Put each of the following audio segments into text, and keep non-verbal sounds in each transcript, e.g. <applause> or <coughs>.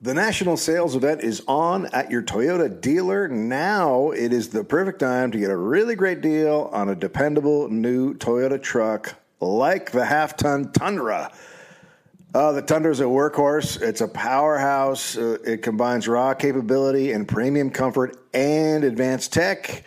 The national sales event is on at your Toyota dealer. Now it is the perfect time to get a really great deal on a dependable new Toyota truck like the half ton Tundra. Uh, the Tundra is a workhorse. It's a powerhouse. Uh, it combines raw capability and premium comfort and advanced tech.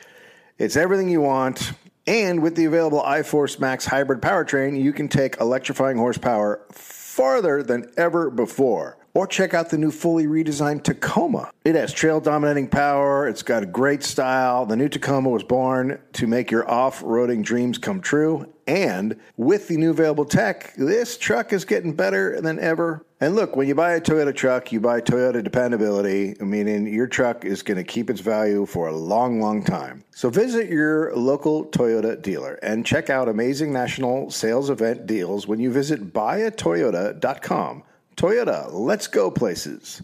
It's everything you want. And with the available iForce Max hybrid powertrain, you can take electrifying horsepower farther than ever before. Or check out the new fully redesigned Tacoma. It has trail dominating power, it's got a great style. The new Tacoma was born to make your off roading dreams come true. And with the new available tech, this truck is getting better than ever. And look, when you buy a Toyota truck, you buy Toyota dependability, meaning your truck is going to keep its value for a long, long time. So visit your local Toyota dealer and check out amazing national sales event deals when you visit buyatoyota.com. Toyota, let's go places.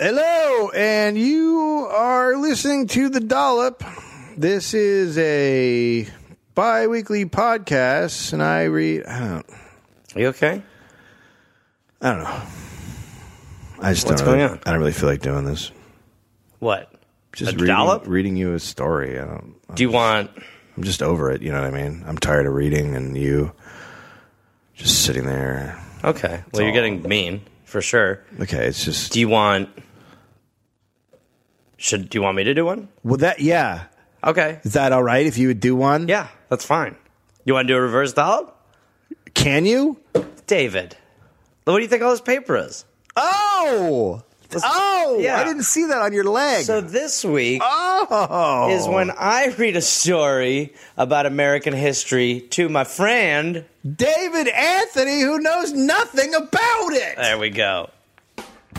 Hello, and you are listening to The Dollop. This is a bi weekly podcast, and I read, I don't Are you okay? I don't know. I just What's don't really, going on? I don't really feel like doing this. What? Just A reading, dollop? reading you a story. I don't, Do you want? I'm just over it. You know what I mean? I'm tired of reading and you just sitting there. Okay. Well, you're getting mean for sure. Okay, it's just Do you want? Should do you want me to do one? well that yeah. Okay. Is that all right if you would do one? Yeah, that's fine. You want to do a reverse dollop, Can you? David? What do you think all this paper is? Oh, oh! yeah. I didn't see that on your leg. So this week oh, is when I read a story about American history to my friend. David Anthony, who knows nothing about it. There we go.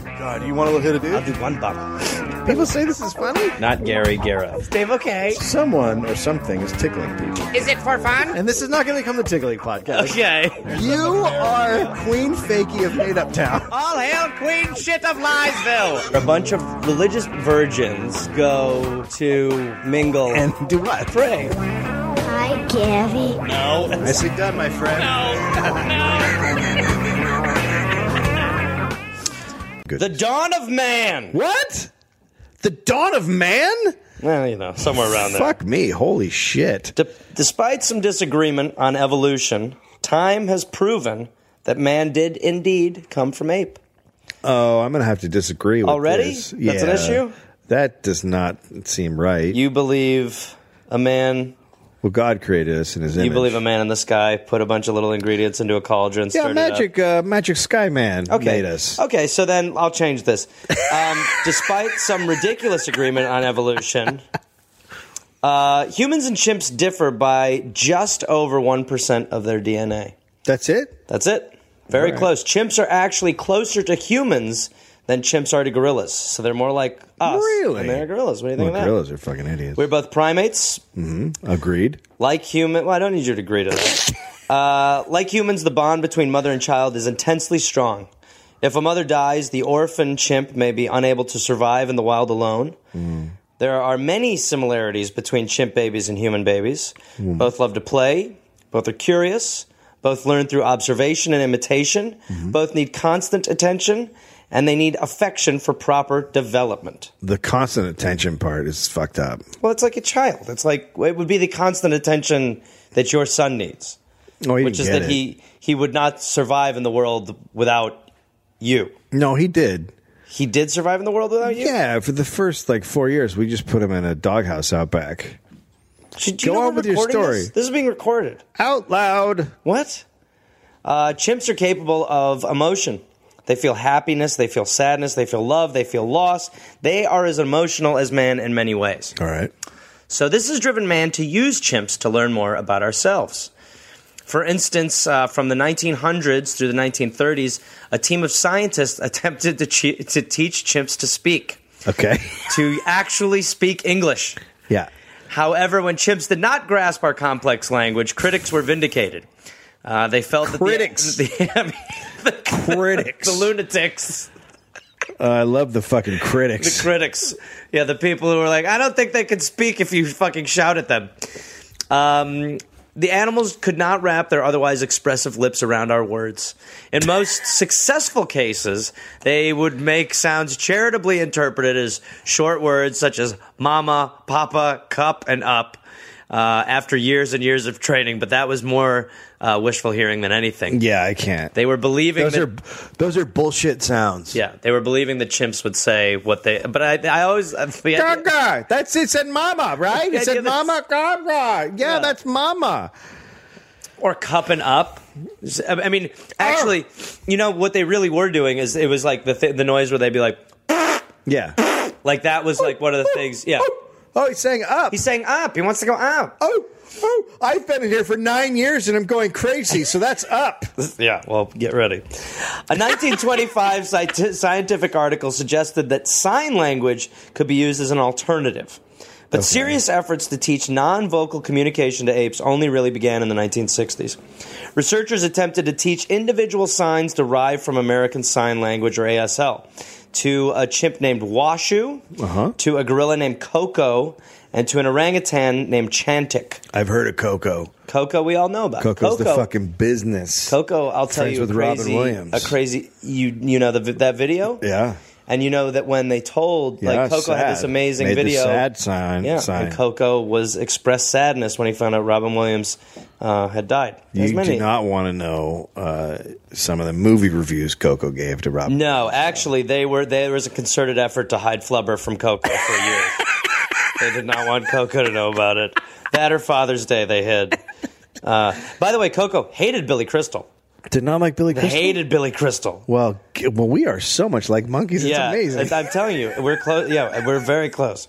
God, you want to look at a I'll dude? do one bump. People say this is funny. Not Gary Guerra. Dave, okay. Someone or something is tickling people. Is it for fun? And this is not going to become the Tickling Podcast. Okay. You are Queen Fakey of Made Up Town. All hail Queen Shit of Liesville. A bunch of religious virgins go to mingle And do what? pray. Hi, Gabby. No. Nicely done, my friend. The dawn of man. What? The dawn of man? Well, you know, somewhere around there. Fuck me. Holy shit. De- despite some disagreement on evolution, time has proven that man did indeed come from ape. Oh, I'm going to have to disagree with Already? this. That's an issue? That does not seem right. You believe a man. well, God created us in his image. You believe a man in the sky put a bunch of little ingredients into a cauldron. Yeah, stirred it up. magic, uh, magic sky man Okay. Oh. made us. Okay, so then I'll change this. Um, <laughs> despite some ridiculous agreement on evolution, uh, humans and chimps differ by just over 1% of their DNA. That's it? That's it. Very All right. close. Chimps are actually closer to humans than chimps are to gorillas. So they're more like us. Really? And they're gorillas. What do you Well, think of that? gorillas are fucking idiots. We're both primates. Agreed. Like human, well, I don't need you to agree to that. Uh, like humans, the bond between mother and child is intensely strong. If a mother dies, the orphan chimp may be unable to survive in the wild alone. There are many similarities between chimp babies and human babies. Both love to play. Both are curious. Both learn through observation and imitation. Both need constant attention, and they need affection for proper development. The constant attention part is fucked up. Well, it's like a child. It's like it would be the constant attention that your son needs. Oh, he which didn't is get that it. he he would not survive in the world without you. No, he did. He did survive in the world without you. Yeah, for the first like four years, we just put him in a doghouse out back. Should you Go know on we're with your recording story. This? This is being recorded. Out loud. What? Uh, chimps are capable of emotion. They feel happiness. They feel sadness. They feel love. They feel loss. They are as emotional as man in many ways. All right. So this has driven man to use chimps to learn more about ourselves. For instance, uh, from the 1900s through the 1930s, a team of scientists <laughs> attempted to, che- to teach chimps to speak, Okay. <laughs> to actually speak English. <laughs> yeah. However, when chimps did not grasp our complex language, critics were vindicated. Uh, they felt Critics. that <laughs> the, the, Critics. the lunatics, Uh, I love the fucking the critics. critics, yeah, the people who were like, I don't think they can speak if you fucking shout at them. Um, The animals could not wrap their otherwise expressive lips around our words. <laughs> In most successful cases, they would make sounds charitably interpreted as short words such as mama, papa, cup, and up uh, after years and years of training, but that was more uh, wishful hearing than anything. Yeah, I can't. They were believing those that- are those are bullshit sounds. yeah, they were believing the chimps would say what they. But I, I always uh, <laughs> I forget- Gaga. That's it said mama, right? It Yeah, said yeah, that's- mama gaga. Yeah, that's mama. or cupping up. I I mean, actually, you know what they really were doing is it was like the th- the noise where they'd be like, Yeah. like that was <laughs> like one of the things. Yeah, Oh, he's saying up. he's saying up. He wants to go up. oh, oh, I've been in here for nine years and I'm going crazy, so that's up. Yeah, well, get ready. A 1925 <laughs> sci- scientific article suggested that sign language could be used as an alternative. But serious efforts to teach non vocal communication to apes only really began in the 1960s. Researchers attempted to teach individual signs derived from American Sign Language, or ASL, to a chimp named Washu, Uh-huh. to a gorilla named Coco, and to an orangutan named Chantic. <laughs> I've heard of Coco. Coco, we all know about. Coco's the fucking business. Coco, I'll tell Friends you, a with Robin crazy, Williams. a crazy. You you know the, vi- that video, Yeah. and you know that when they told, Yeah, like Coco had this sad. amazing Made the video, sad sign- yeah, sign. and Coco was expressed sadness when he found out Robin Williams uh, had died. There's you many. do not want to know uh, some of the movie reviews Coco gave to Robin. no, actually, they were there was a concerted effort to hide Flubber from Coco <laughs> for years. they did not want Coco to know about it. That or Father's Day, they hid. Uh, by the way, Coco hated Billy Crystal. Did not like Billy Crystal. Hated Billy Crystal. Well, g- well, we are so much like monkeys. yeah, it's amazing. I- I'm telling you, we're close. Yeah, we're very close.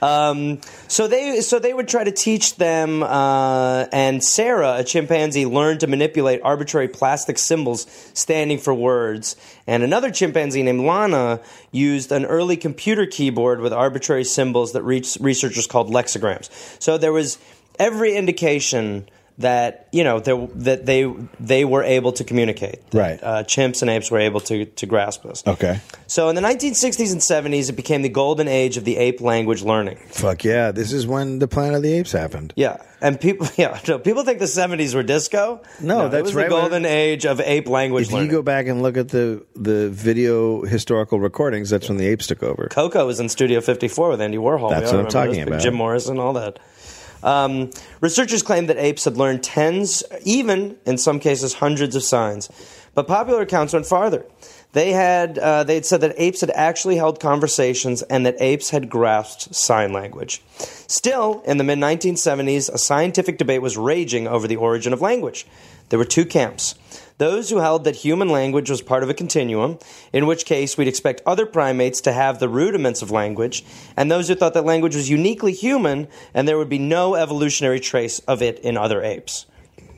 Um, so they so they would try to teach them, uh, and Sarah, a chimpanzee, learned to manipulate arbitrary plastic symbols standing for words. And another chimpanzee named Lana used an early computer keyboard with arbitrary symbols that reach, researchers called lexigrams. So there was every indication that you know there, that they they were able to communicate. that, Right. uh, chimps and apes were able to to grasp this. okay. So in the 1960s and 70s, it became the golden age of the ape language learning. Fuck yeah! This is when the Planet of the Apes happened. Yeah, and people, <laughs> yeah, no, people think the 70s were disco. No, it that's was right the when- golden age of ape language If learning. you go back and look at the the video historical recordings, that's when the apes took over. Coco was in Studio 54 with Andy Warhol. That's We all what I'm remember talking those, about. Jim Morrison, all that. Um, researchers claim that apes had learned tens, even in some cases, hundreds of signs. But popular accounts went farther. They had uh, they had said that apes had actually held conversations and that apes had grasped sign language. Still, in the mid 1970s, a scientific debate was raging over the origin of language. There were two camps. Those who held that human language was part of a continuum, in which case we'd expect other primates to have the rudiments of language, and those who thought that language was uniquely human and there would be no evolutionary trace of it in other apes.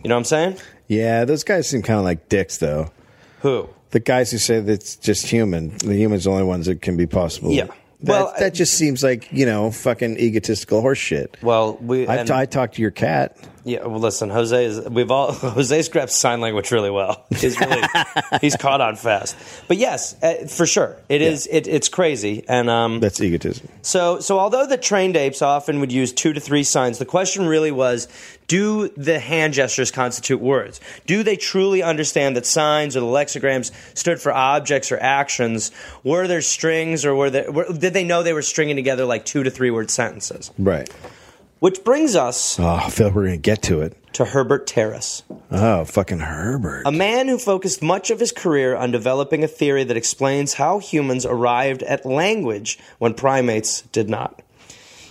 You know what I'm saying? Yeah, those guys seem kind of like dicks, though. Who? The guys who say that it's just human, the humans are the only ones that can be possible. Yeah. That, Well, that just seems like you know fucking egotistical horseshit. Well, we I, and- t- I talked to your cat. yeah. Well, listen, Jose is we've all <laughs> Jose's grasped sign language really well. <laughs> He's really he's caught on fast. But yes, uh, for sure, it is. It, it's crazy, and um, That's egotism. So, so although the trained apes often would use two to three signs, the question really was: Do the hand gestures constitute words? Do they truly understand that signs or the lexigrams stood for objects or actions? Were there strings, or were there? Were, did they know they were stringing together like two to three word sentences? Right. Which brings us Oh, I feel we're gonna get to it. to Herbert Terrace. Oh, fucking Herbert. A man who focused much of his career on developing a theory that explains how humans arrived at language when primates did not.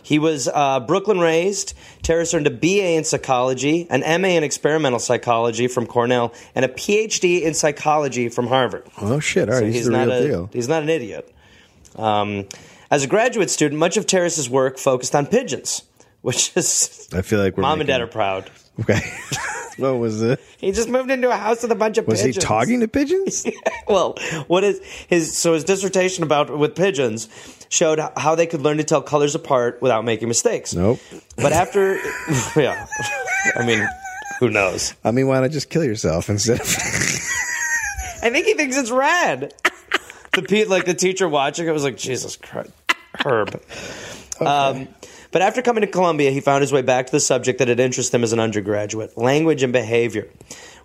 He was uh, Brooklyn raised. Terrace earned a BA in psychology, an MA in experimental psychology from Cornell, and a PhD in psychology from Harvard. oh shit! All right, he's, the not real a, deal. He's not an idiot. Um, as a graduate student, much of Terrace's work focused on pigeons, <laughs> which is I feel like we're mom and dad are making- proud. Okay. <laughs> what was it? He just moved into a house with a bunch of Was pigeons. he talking to <laughs> pigeons? well, what is his? So his dissertation about with pigeons showed h- how they could learn to tell colors apart without making mistakes. Nope. But after, <laughs> yeah, I mean, who knows? I mean, why not just kill yourself instead of? <laughs> I think he thinks it's rad. The pe- like the teacher watching it was like Jesus Christ, Herb. Um, But after coming to Columbia, he found his way back to the subject that had interested him as an undergraduate language and behavior.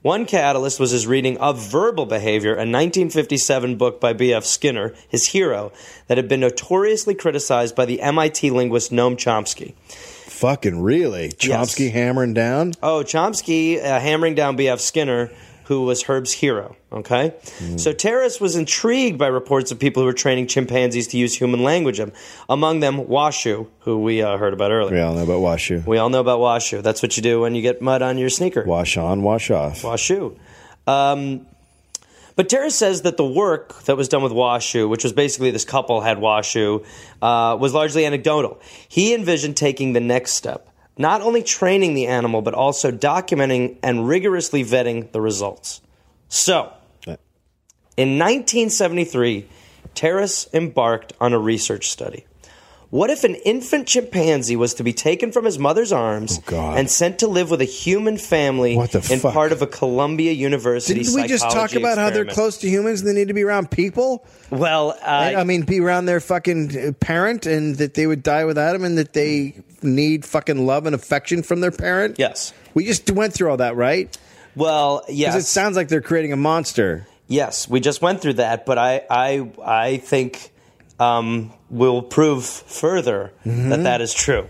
One catalyst was his reading of Verbal Behavior, a 1957 book by B.F. Skinner, his hero, that had been notoriously criticized by the MIT linguist Noam Chomsky. Fucking really, Chomsky hammering down. Oh, Chomsky uh, hammering down B.F. Skinner, who was Herb's hero. Okay? So Terrace was intrigued by reports of people who were training chimpanzees to use human language, um, among them Washu, who we uh, heard about earlier. We all know about wash you. We all know about Washu. That's what you do when you get mud on your sneaker. Wash on, wash off. Washu. Um, but Terrace says that the work that was done with Washu, which was basically this couple had Washu, uh, was largely anecdotal. He envisioned taking the next step, not only training the animal, but also documenting and rigorously vetting the results. So, in 1973, Terrace embarked on a research study. What if an infant chimpanzee was to be taken from his mother's arms Oh, God. and sent to live with a human family What the in fuck? part of a Columbia University Didn't we just talk psychology about how they're experiment? close to humans and they need to be around people? Well, uh, I, mean, be around their fucking uh, parent and that they would die without them and that they need fucking love and affection from their parent? yes. We just went through all that, right? Well, Because yes. it sounds like they're creating a monster. yes, we just went through that, but I, I, I think um, we'll prove further that Mm-hmm. that is true.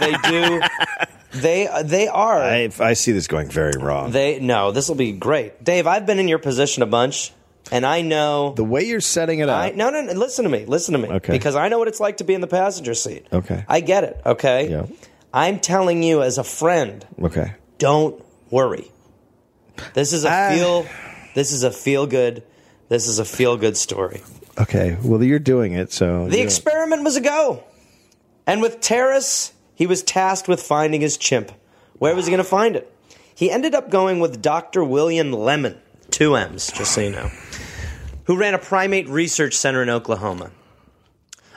they <laughs> do. They they are. I, I see this going very wrong. they no. This will be great, Dave. I've been in your position a bunch, and I know. the way you're setting it up. I, no, no, no. Listen to me. Listen to me. Okay. Because I know what it's like to be in the passenger seat. Okay. I get it. Okay. Yeah. I'm telling you as a friend. okay. don't worry. This is a Ah. feel. This is a feel good. This is a feel good story. Okay. Well, you're doing it, so. The experiment was a go, and with Terrace, he was tasked with finding his chimp. Where was he going to find it? He ended up going with Dr. William Lemon, two M's, just so you know, who ran a primate research center in Oklahoma.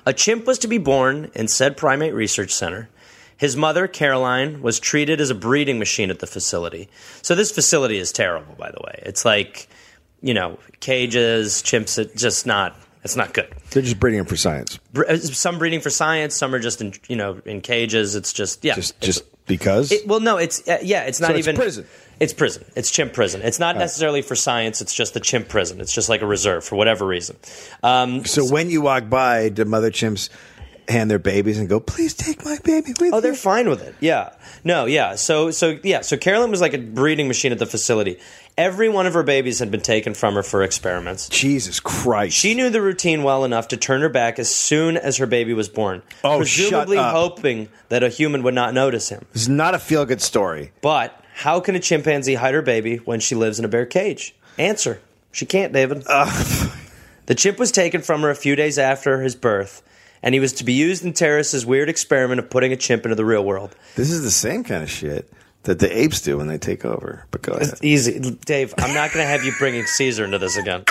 A chimp was to be born in said primate research center. His mother, Caroline, was treated as a breeding machine at the facility. So this facility is terrible, by the way. It's like, you know, cages, chimps. It's just not. It's not good. they're just breeding them for science. Bre- uh, Some breeding for science. Some are just in, you know, in cages. It's just yeah. Just, just because. It- well, no, it's uh, yeah. It's not So it's even prison. Oh. It's prison. It's chimp prison. It's not necessarily for science. It's just the chimp prison. It's just like a reserve for whatever reason. Um, so when you walk by, do mother chimps hand their babies and go, "Please take my baby with Oh, they're you"? fine with it. Yeah. No, yeah. So so yeah, so Carolyn was like a breeding machine at the facility. Every one of her babies had been taken from her for experiments. Jesus Christ! She knew the routine well enough to turn her back as soon as her baby was born, Oh, shut presumably up. hoping that a human would not notice him. It's not a feel good story. But how can a chimpanzee hide her baby when she lives in a bear cage? Answer. She can't, David. Uh, <laughs> the chimp was taken from her a few days after his birth, and he was to be used in Terrace's weird experiment of putting a chimp into the real world. This is the same kind of shit that the apes do when they take over. But go ahead. Easy. Dave, I'm not going to have you bringing Caesar into this again.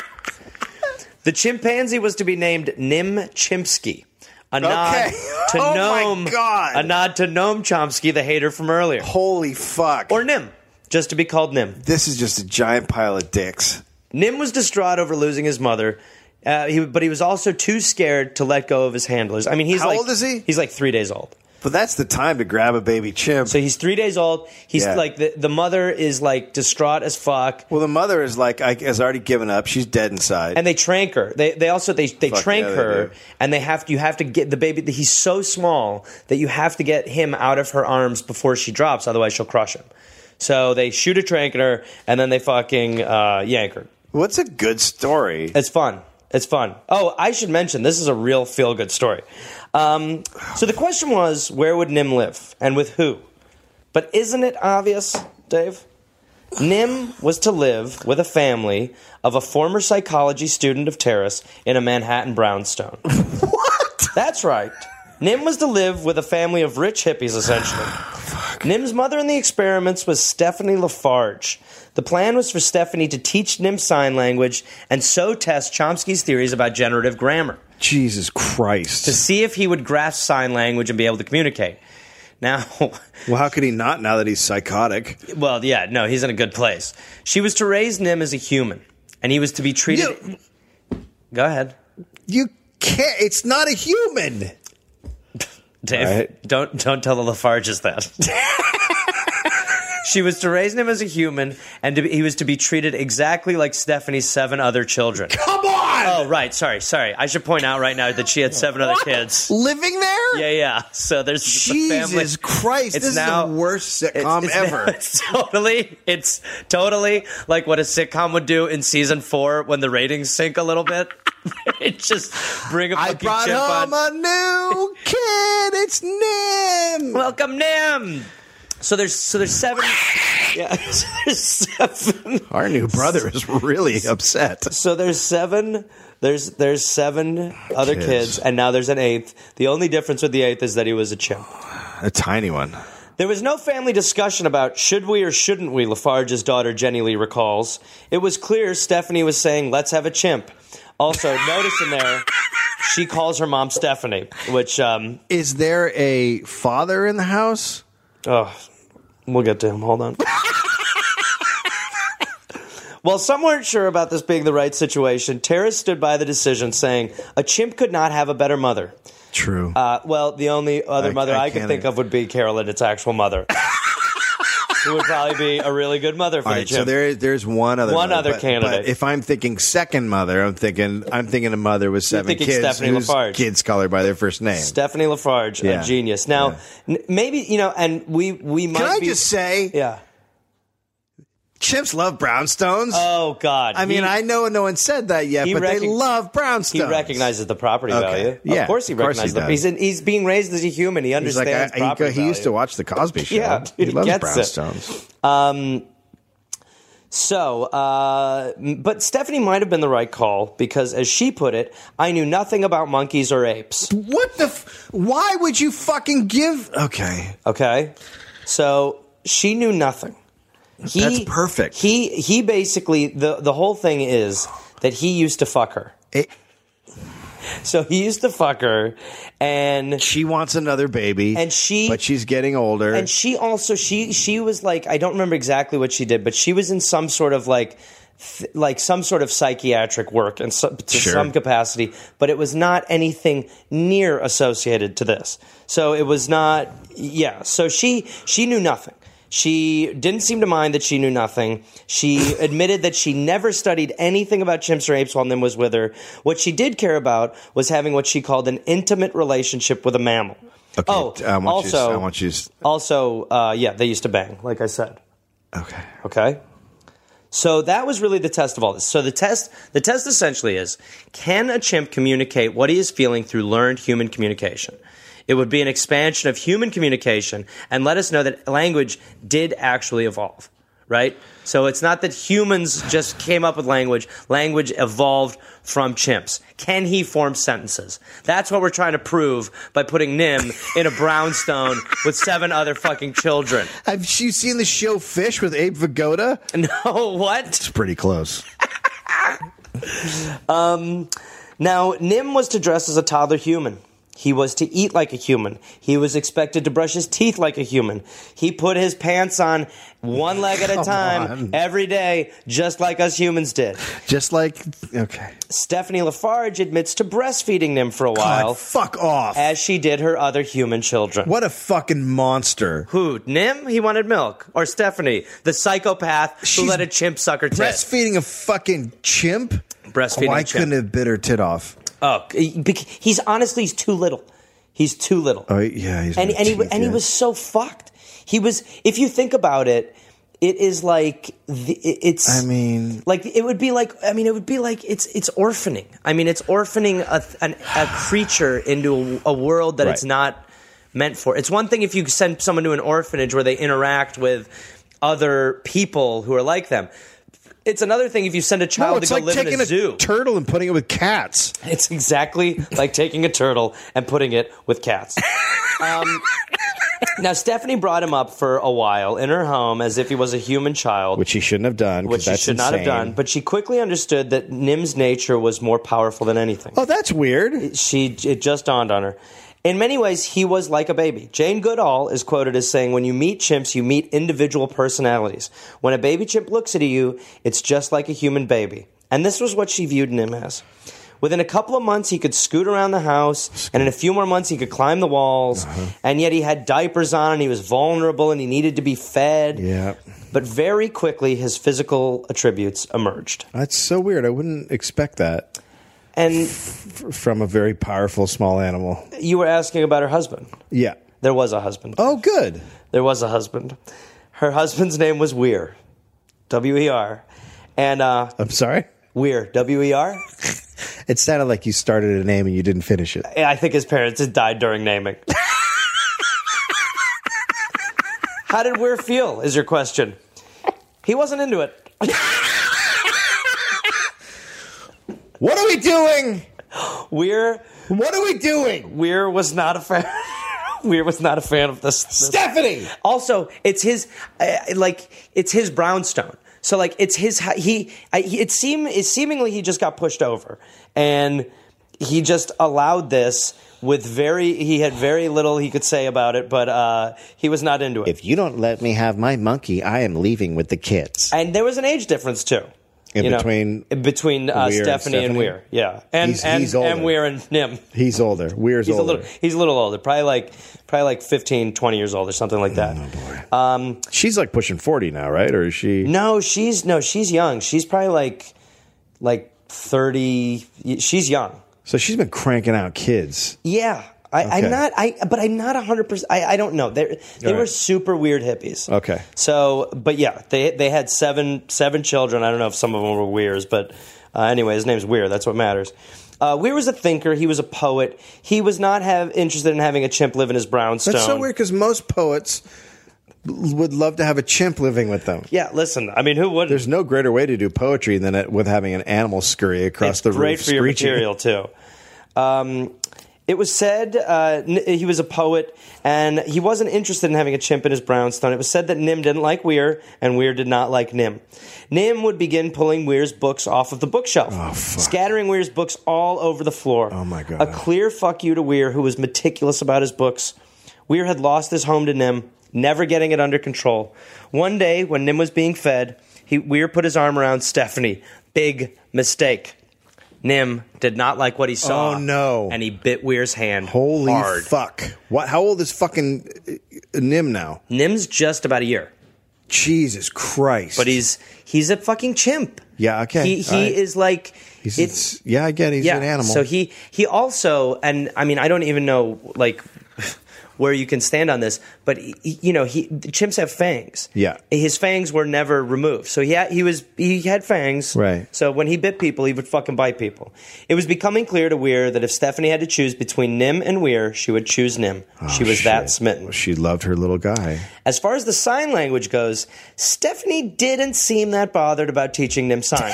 The chimpanzee was to be named Nim Chimpsky. A nod Okay. to <laughs> Oh my Noam, God. a nod to Noam Chomsky, the hater from earlier, Holy fuck! or Nim, just to be called Nim. this is just a giant pile of dicks. Nim was distraught over losing his mother, uh, he, but he was also too scared to let go of his handlers. I mean, he's How like, old is he? He's like three days old. But that's the time to grab a baby chimp. So he's three days old. He's Yeah. like the, the mother is like distraught as fuck. well, the mother is like, I, has already given up. She's dead inside. and they trank her. They they also they they Fuck trank yeah, they her, do. and they have to you have to get the baby. He's so small that you have to get him out of her arms before she drops, otherwise she'll crush him. So they shoot a trank at her, and then they fucking uh, yank her. What's a good story? It's fun. It's fun. Oh, I should mention this is a real feel good story. Um, so the question was, where would Nim live and with who? But isn't it obvious, Dave? Nim was to live with a family of a former psychology student of Terrace in a Manhattan brownstone. What? That's right. Nim was to live with a family of rich hippies, essentially. Nim's mother in the experiments was Stephanie Lafarge. The plan was for Stephanie to teach Nim sign language and so test Chomsky's theories about generative grammar Jesus to Christ! see if he would grasp sign language and be able to communicate. Now, <laughs> Well, how could he not now that he's psychotic? well, yeah, no, he's in a good place. She was to raise Nim as a human, and he was to be treated. You- Go ahead. You can't. It's not a human. Dave, Right. don't don't tell the Lafarges that. <laughs> she was to raise him as a human, and to be, he was to be treated exactly like Stephanie's seven other children. Come on! Oh, right. Sorry, sorry. I should point out right now that she had seven other kids. Living there? Yeah, yeah. So there's just a family. Jesus Christ! It's this now- is the worst sitcom <laughs> it's, ever. It's totally, it's totally like what a sitcom would do in season four when the ratings sink a little bit. <laughs> it just bring a I fucking brought chip home on. a <laughs> new kid. It's Nim. Welcome, Nim. So there's so there's seven. yeah, <laughs> so there's seven. Our new brother is really upset. So there's seven. There's there's seven other Kids. kids. and now there's an eighth. The only difference with the eighth is that he was a chimp. A tiny one. There was no family discussion about should we or shouldn't we, Lafarge's daughter Jenny Lee recalls. It was clear Stephanie was saying, let's have a chimp. Also, notice in there, she calls her mom Stephanie, which, um, Is there a father in the house? oh, we'll get to him. Hold on. While some weren't sure about this being the right situation, Tara stood by the decision, saying, a chimp could not have a better mother. True. Uh, well, the only other I- mother I I, could can't think even- of would be Carolyn, its <laughs> actual mother. Who would probably be a really good mother for All the right, chimp. so there is there's one other One mother, other but- candidate. But if I'm thinking second mother, I'm thinking I'm thinking a mother with seven thinking kids. Stephanie whose Lafarge. Kids call her by their first name. Stephanie Lafarge, Yeah. a genius. Now, n- maybe you know, and we we might. Can I be- just say, yeah? chimps love brownstones. Oh God! I mean, He- I know no one said that yet, he but they recog- love He brownstones. recognizes the property Okay. value. Yeah, of course he of course recognizes he the. does. He's, in, he's being raised as a human. He He's like I, understands he, property he used value. to watch the Cosby Show. Yeah, he he loves gets it. brownstones. So, uh, m- but Stephanie might have been the right call because, as she put it, I knew nothing about monkeys or apes. What the? F- why would you fucking give? Okay, Okay. So she knew nothing. He, That's perfect. He he basically the the whole thing is that he used to fuck her. It- so he used to fuck her and she wants another baby, And she- but she's getting older. and she also she she was like I don't remember exactly what she did, but she was in some sort of like th- like some sort of psychiatric work and so, to Sure. some capacity, but it was not anything near associated to this. So it was not yeah. So she she knew nothing. She didn't seem to mind that she knew nothing. She <laughs> admitted that she never studied anything about chimps or apes while Nim was with her. What she did care about was having what she called an intimate relationship with a mammal. okay, oh, I want also, you. I want you. s- also, uh, yeah, they used to bang, like I said. Okay. Okay. So that was really the test of all this. So the test, the test essentially is: can a chimp communicate what he is feeling through learned human communication? It would be an expansion of human communication and let us know that language did actually evolve, right? So it's not that humans just came up with language; language evolved from chimps. Can he form sentences? That's what we're trying to prove by putting Nim in a brownstone with seven other fucking children. Have you seen the show Fish with Abe Vigoda? No, what? It's pretty close. Now, Nim was to dress as a toddler human. He was to eat like a human. He was expected to brush his teeth like a human. He put his pants on one leg at a <laughs> Come time on. every day, just like us humans did. Just like okay. Stephanie Lafarge admits to breastfeeding Nim for a God, while, fuck off. as she did her other human children. What a fucking monster. Who? Nim? He wanted milk. Or Stephanie, the psychopath She's who let a chimp suck her tit. Breastfeeding a fucking chimp? Breastfeeding Why a chimp. couldn't have bit her tit off? oh, bec- he's honestly, he's too little. He's too little. Oh yeah, he's and got and he wa- teeth, and he yeah. was so fucked. He was. If you think about it, it is like the, it- it's. I mean- like it would be like. I mean, it would be like it's it's orphaning. I mean, it's orphaning a th- an, a creature into a, a world that it's Right. not meant for. It's one thing if you send someone to an orphanage where they interact with other people who are like them. It's another thing if you send a child No, to it's go like live in taking a, a, zoo. turtle and putting it with cats. It's exactly like taking a turtle and putting it with cats. Um, now, Stephanie brought him up for a while in her home as if he was a human child, Which he shouldn't have done. 'cause which she that's should not have insane. done, but she quickly understood that Nim's nature was more powerful than anything. Oh, that's weird. She It just dawned on her. In many ways, he was like a baby. Jane Goodall is quoted as saying, When you meet chimps, you meet individual personalities. When a baby chimp looks at you, it's just like a human baby. And this was what she viewed Nim as. Within a couple of months, he could scoot around the house, and in a few more months, he could climb the walls. And yet, he had diapers on, and he was vulnerable, and he needed to be fed. Yeah. But very quickly, his physical attributes emerged. That's so weird. I wouldn't expect that And f- from a very powerful small animal. you were asking about her husband. Yeah. There was a husband. Oh, good. There was a husband. Her husband's name was Weir, W E R, and uh, I'm sorry. Weir W E R. It sounded like you started a name and you didn't finish it. I think his parents had died during naming. How did Weir feel? Is your question? He wasn't into it. What are we doing? Weir What are we doing? Weir was not a fan. <laughs> Weir was not a fan of this. this- Stephanie! Also, it's his uh, like it's his brownstone. So like it's his he I- he- it seem it seemingly he just got pushed over and he just allowed this with very he had very little he could say about it but uh he was not into it. If you don't let me have my monkey, I am leaving with the kids. and there was an age difference too. In you know, between in between Weir uh, and Stephanie and Stephanie? Weir. Yeah. And He's- and he's older. and Weir and Nim. He's older. Weir's He's a older. little he's a little older. Probably like probably like 15 20 years old or something like Oh, that. Um She's like pushing 40 now, right? Or is she? No, she's no, she's young. She's probably like like thirty. She's young. So she's been cranking out kids. Yeah, I, Okay. I'm not. I but I'm not hundred percent. I I don't know. They they All right. were super weird hippies. Okay. So, but yeah, they they had seven seven children. I don't know if some of them were weirs, but uh, anyway, his name's Weir. That's what matters. Uh, Weir was a thinker. He was a poet. He was not have interested in having a chimp live in his brownstone. That's so weird because most poets l- would love to have a chimp living with them. Yeah, listen. I mean, who wouldn't? There's no greater way to do poetry than it, with having an animal scurry across it's the great roof. for your screeching. material too. Um, it was said uh, N- he was a poet and he wasn't interested in having a chimp in his brownstone. It was said that Nim didn't like Weir and Weir did not like Nim. Nim would begin pulling Weir's books off of the bookshelf, Oh, scattering Weir's books all over the floor. Oh my God. A clear fuck you to Weir, who was meticulous about his books. Weir had lost his home to Nim, never getting it under control. One day, when Nim was being fed, he, Weir put his arm around Stephanie. Big mistake. Nim did not like what he saw. Oh, no. And he bit Weir's hand. Holy hard. fuck! What? How old is fucking uh, Nim now? Nim's just about a year, Jesus Christ! but he's he's a fucking chimp. Yeah, okay. He he All right. is like He's, it's it's yeah, I get. it. He's an animal. So he he also, and I mean, I don't even know like <laughs> where you can stand on this, but he, you know, he the chimps have fangs. Yeah. his fangs were never removed, so he had, he was he had fangs. Right. So when he bit people, he would fucking bite people. It was becoming clear to Weir that if Stephanie had to choose between Nim and Weir, she would choose Nim. she was that Oh, shit. smitten. She loved her little guy. As far as the sign language goes, Stephanie didn't seem that bothered about teaching <laughs> Nim sign.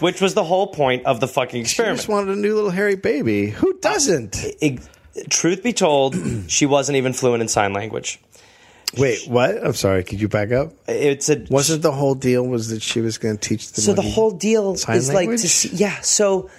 Which was the whole point of the fucking She experiment. just wanted a new little hairy baby. Uh, Who doesn't? Ex- truth be told, <clears throat> she wasn't even fluent in sign language. Wait, what? I'm sorry. Could you back up? It's a Wasn't the whole deal was that she was going to teach the so the monkey whole deal sign is like language? to see, yeah. So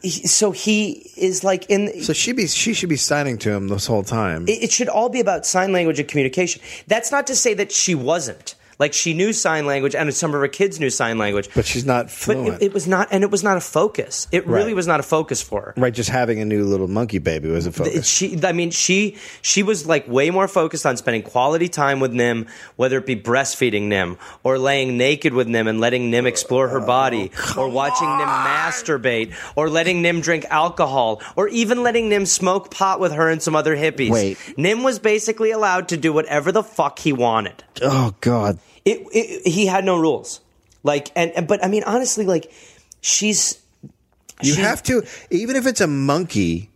he- so he is like in. So she be she should be signing to him this whole time. it should all be about sign language and communication. That's not to say that she wasn't. Like she knew sign language, and some of her kids knew sign language. but she's not But fluent. it, it was not, and it was not a focus. It really Right. was not a focus for her. right, just having a new little monkey baby was a It- focus. she i mean she she was like way more focused on spending quality time with nim whether it be breastfeeding nim or laying naked with nim and letting nim explore her body Oh, or watching nim masturbate or letting nim drink alcohol or even letting nim smoke pot with her and some other hippies Wait. nim was basically allowed to do whatever the fuck he wanted oh God, it, it he had no rules like and, and but i mean honestly like she's you have to even if it's a monkey,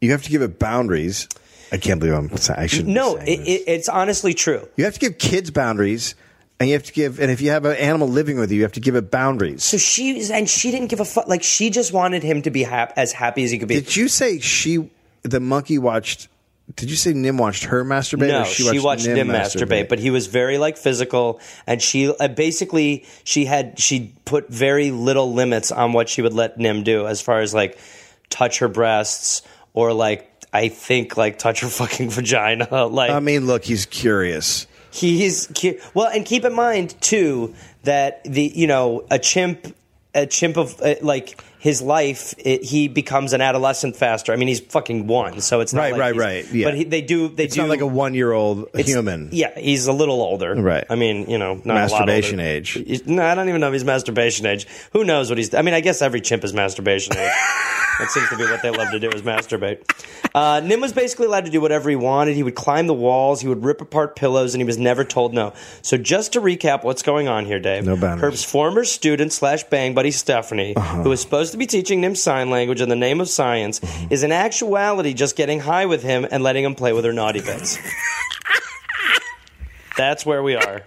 you have to give it boundaries. I can't believe I'm. sa- I shouldn't. be no saying it, this. it, it's honestly true you have to give kids boundaries, and you have to give. And if you have an animal living with you, you have to give it boundaries. So she and she didn't give a fuck. Like she just wanted him to be hap- as happy as he could be. Did you say she, the monkey watched? Did you say Nim watched her masturbate? no, or she watched, him, masturbate, but he was very like physical, and she uh, basically she had she put very little limits on what she would let Nim do as far as like touch her breasts or like I think like touch her <laughs> fucking vagina. Like I mean, look, he's curious. He's cute. Well, and keep in mind too that the you know a chimp, a chimp of uh, like his life, it, he becomes an adolescent faster. I mean, he's fucking one, so it's not Right, like right, he's- right, yeah. But he, they do, they It's do not like a one year old it's- human. Yeah, he's a little older. Right. I mean, you know, not Masturbation a lot older. age. He's- No, I don't even know if he's masturbation age. Who knows what he's? I mean, I guess every chimp is masturbation <laughs> age. that seems to be what they love to do is masturbate. Uh, Nim was basically allowed to do whatever he wanted. He would climb the walls. He would rip apart pillows, and he was never told no. So just to recap, what's going on here, Dave? No boundaries. Uh-huh. Herb's former student slash bang buddy Stephanie, who was supposed to be teaching Nim sign language in the name of science, Mm-hmm. is in actuality just getting high with him and letting him play with her naughty <laughs> bits. That's where we are.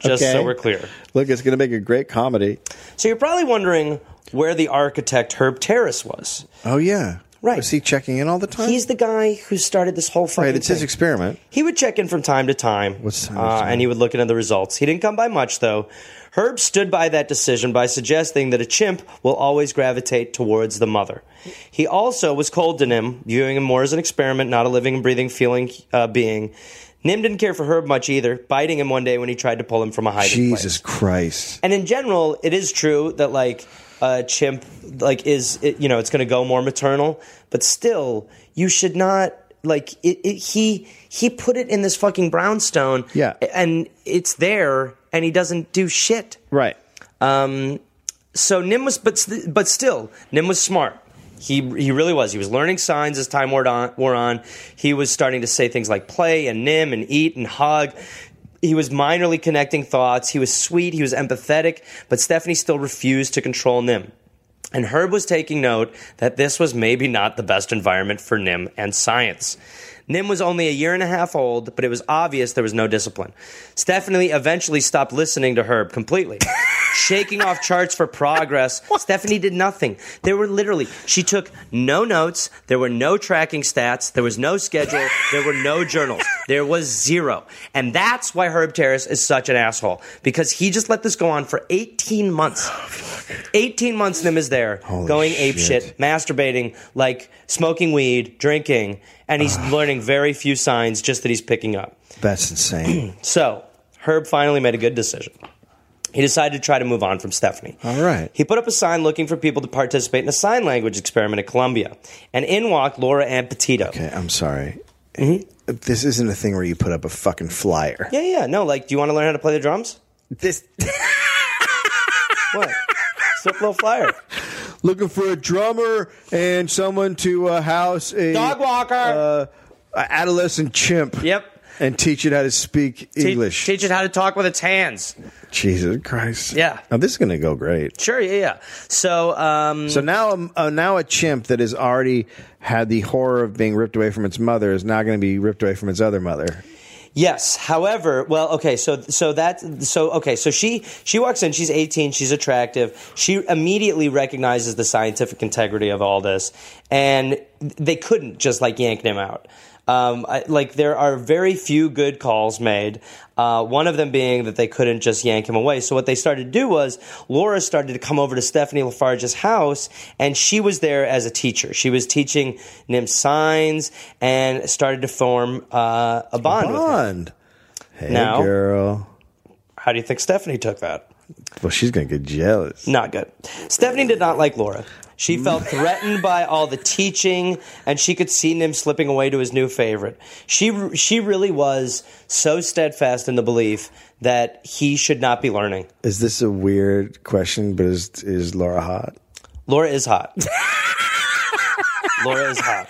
Just so Okay. we're clear. Look, it's going to make a great comedy. So you're probably wondering where the architect Herb Terrace was. Oh yeah, Right. Is he checking in all the time? He's the guy who started this whole fucking right. It's his thing. experiment. He would check in from time to time, What's time to uh, time? and he would look into the results. He didn't come by much, though. Herb stood by that decision by suggesting that a chimp will always gravitate towards the mother. He also was cold to Nim, viewing him more as an experiment, not a living and breathing feeling uh, being. Nim didn't care for Herb much either, biting him one day when he tried to pull him from a hiding place. Jesus Christ. And in general, it is true that like a chimp like is it, you know it's going to go more maternal, but still you should not like it, it, he he put it in this fucking brownstone. Yeah. and it's there, and he doesn't do shit. Right. Um, so Nim was, but s- but still, Nim was smart. He he really was. He was learning signs as time wore on. Wore on. He was starting to say things like play and Nim and eat and hug. He was minorly connecting thoughts. He was sweet. He was empathetic. But Stephanie still refused to control Nim. And Herb was taking note that this was maybe not the best environment for Nim and science. Nim was only a year and a half old, but it was obvious there was no discipline. Stephanie eventually stopped listening to Herb completely. Shaking off charts for progress, Stephanie did nothing. There were literally, she took no notes, there were no tracking stats, there was no schedule, there were no journals, there was zero. And that's why Herb Terrace is such an asshole, because he just let this go on for 18 months. 18 months Nim is there, going shit. ape shit, masturbating, like smoking weed, drinking, and he's learning very few signs just that he's picking up. That's <clears throat> insane. So, Herb finally made a good decision. He decided to try to move on from Stephanie. All right. He put up a sign looking for people to participate in a sign language experiment at Columbia. And in walked Laura Ann Petito. okay, I'm sorry. This isn't a thing where you put up a fucking flyer. Mm-hmm. Yeah, yeah, no, like, do you want to learn how to play the drums? This What? <laughs> Slip a little flyer. <laughs> looking for a drummer and someone to uh, house a Dog walker. uh, a adolescent chimp. Yep. And teach it how to speak Te- English. teach it how to talk with its hands. Jesus Christ. Yeah. Now this is going to go great. Sure, yeah, yeah. So, um, So now, um, uh, now a chimp that has already had the horror of being ripped away from its mother is now going to be ripped away from its other mother. Yes. However, well, okay. So, so that, so okay. So she she walks in. She's eighteen. She's attractive. She immediately recognizes the scientific integrity of all this, and they couldn't just like yank him out. Um, I, like there are very few good calls made. Uh, one of them being that they couldn't just yank him away. So what they started to do was Laura started to come over to Stephanie Lafarge's house, and she was there as a teacher. She was teaching Nim signs and started to form uh, a bond. with him. Bond. Hey, Now- girl. How do you think Stephanie took that? Well, she's going to get jealous. Not good. Stephanie did not like Laura. She felt threatened by all the teaching, and she could see Nim slipping away to his new favorite. She she really was so steadfast in the belief that he should not be learning. Is this a weird question? But is is Laura hot? Laura is hot. Laura is hot.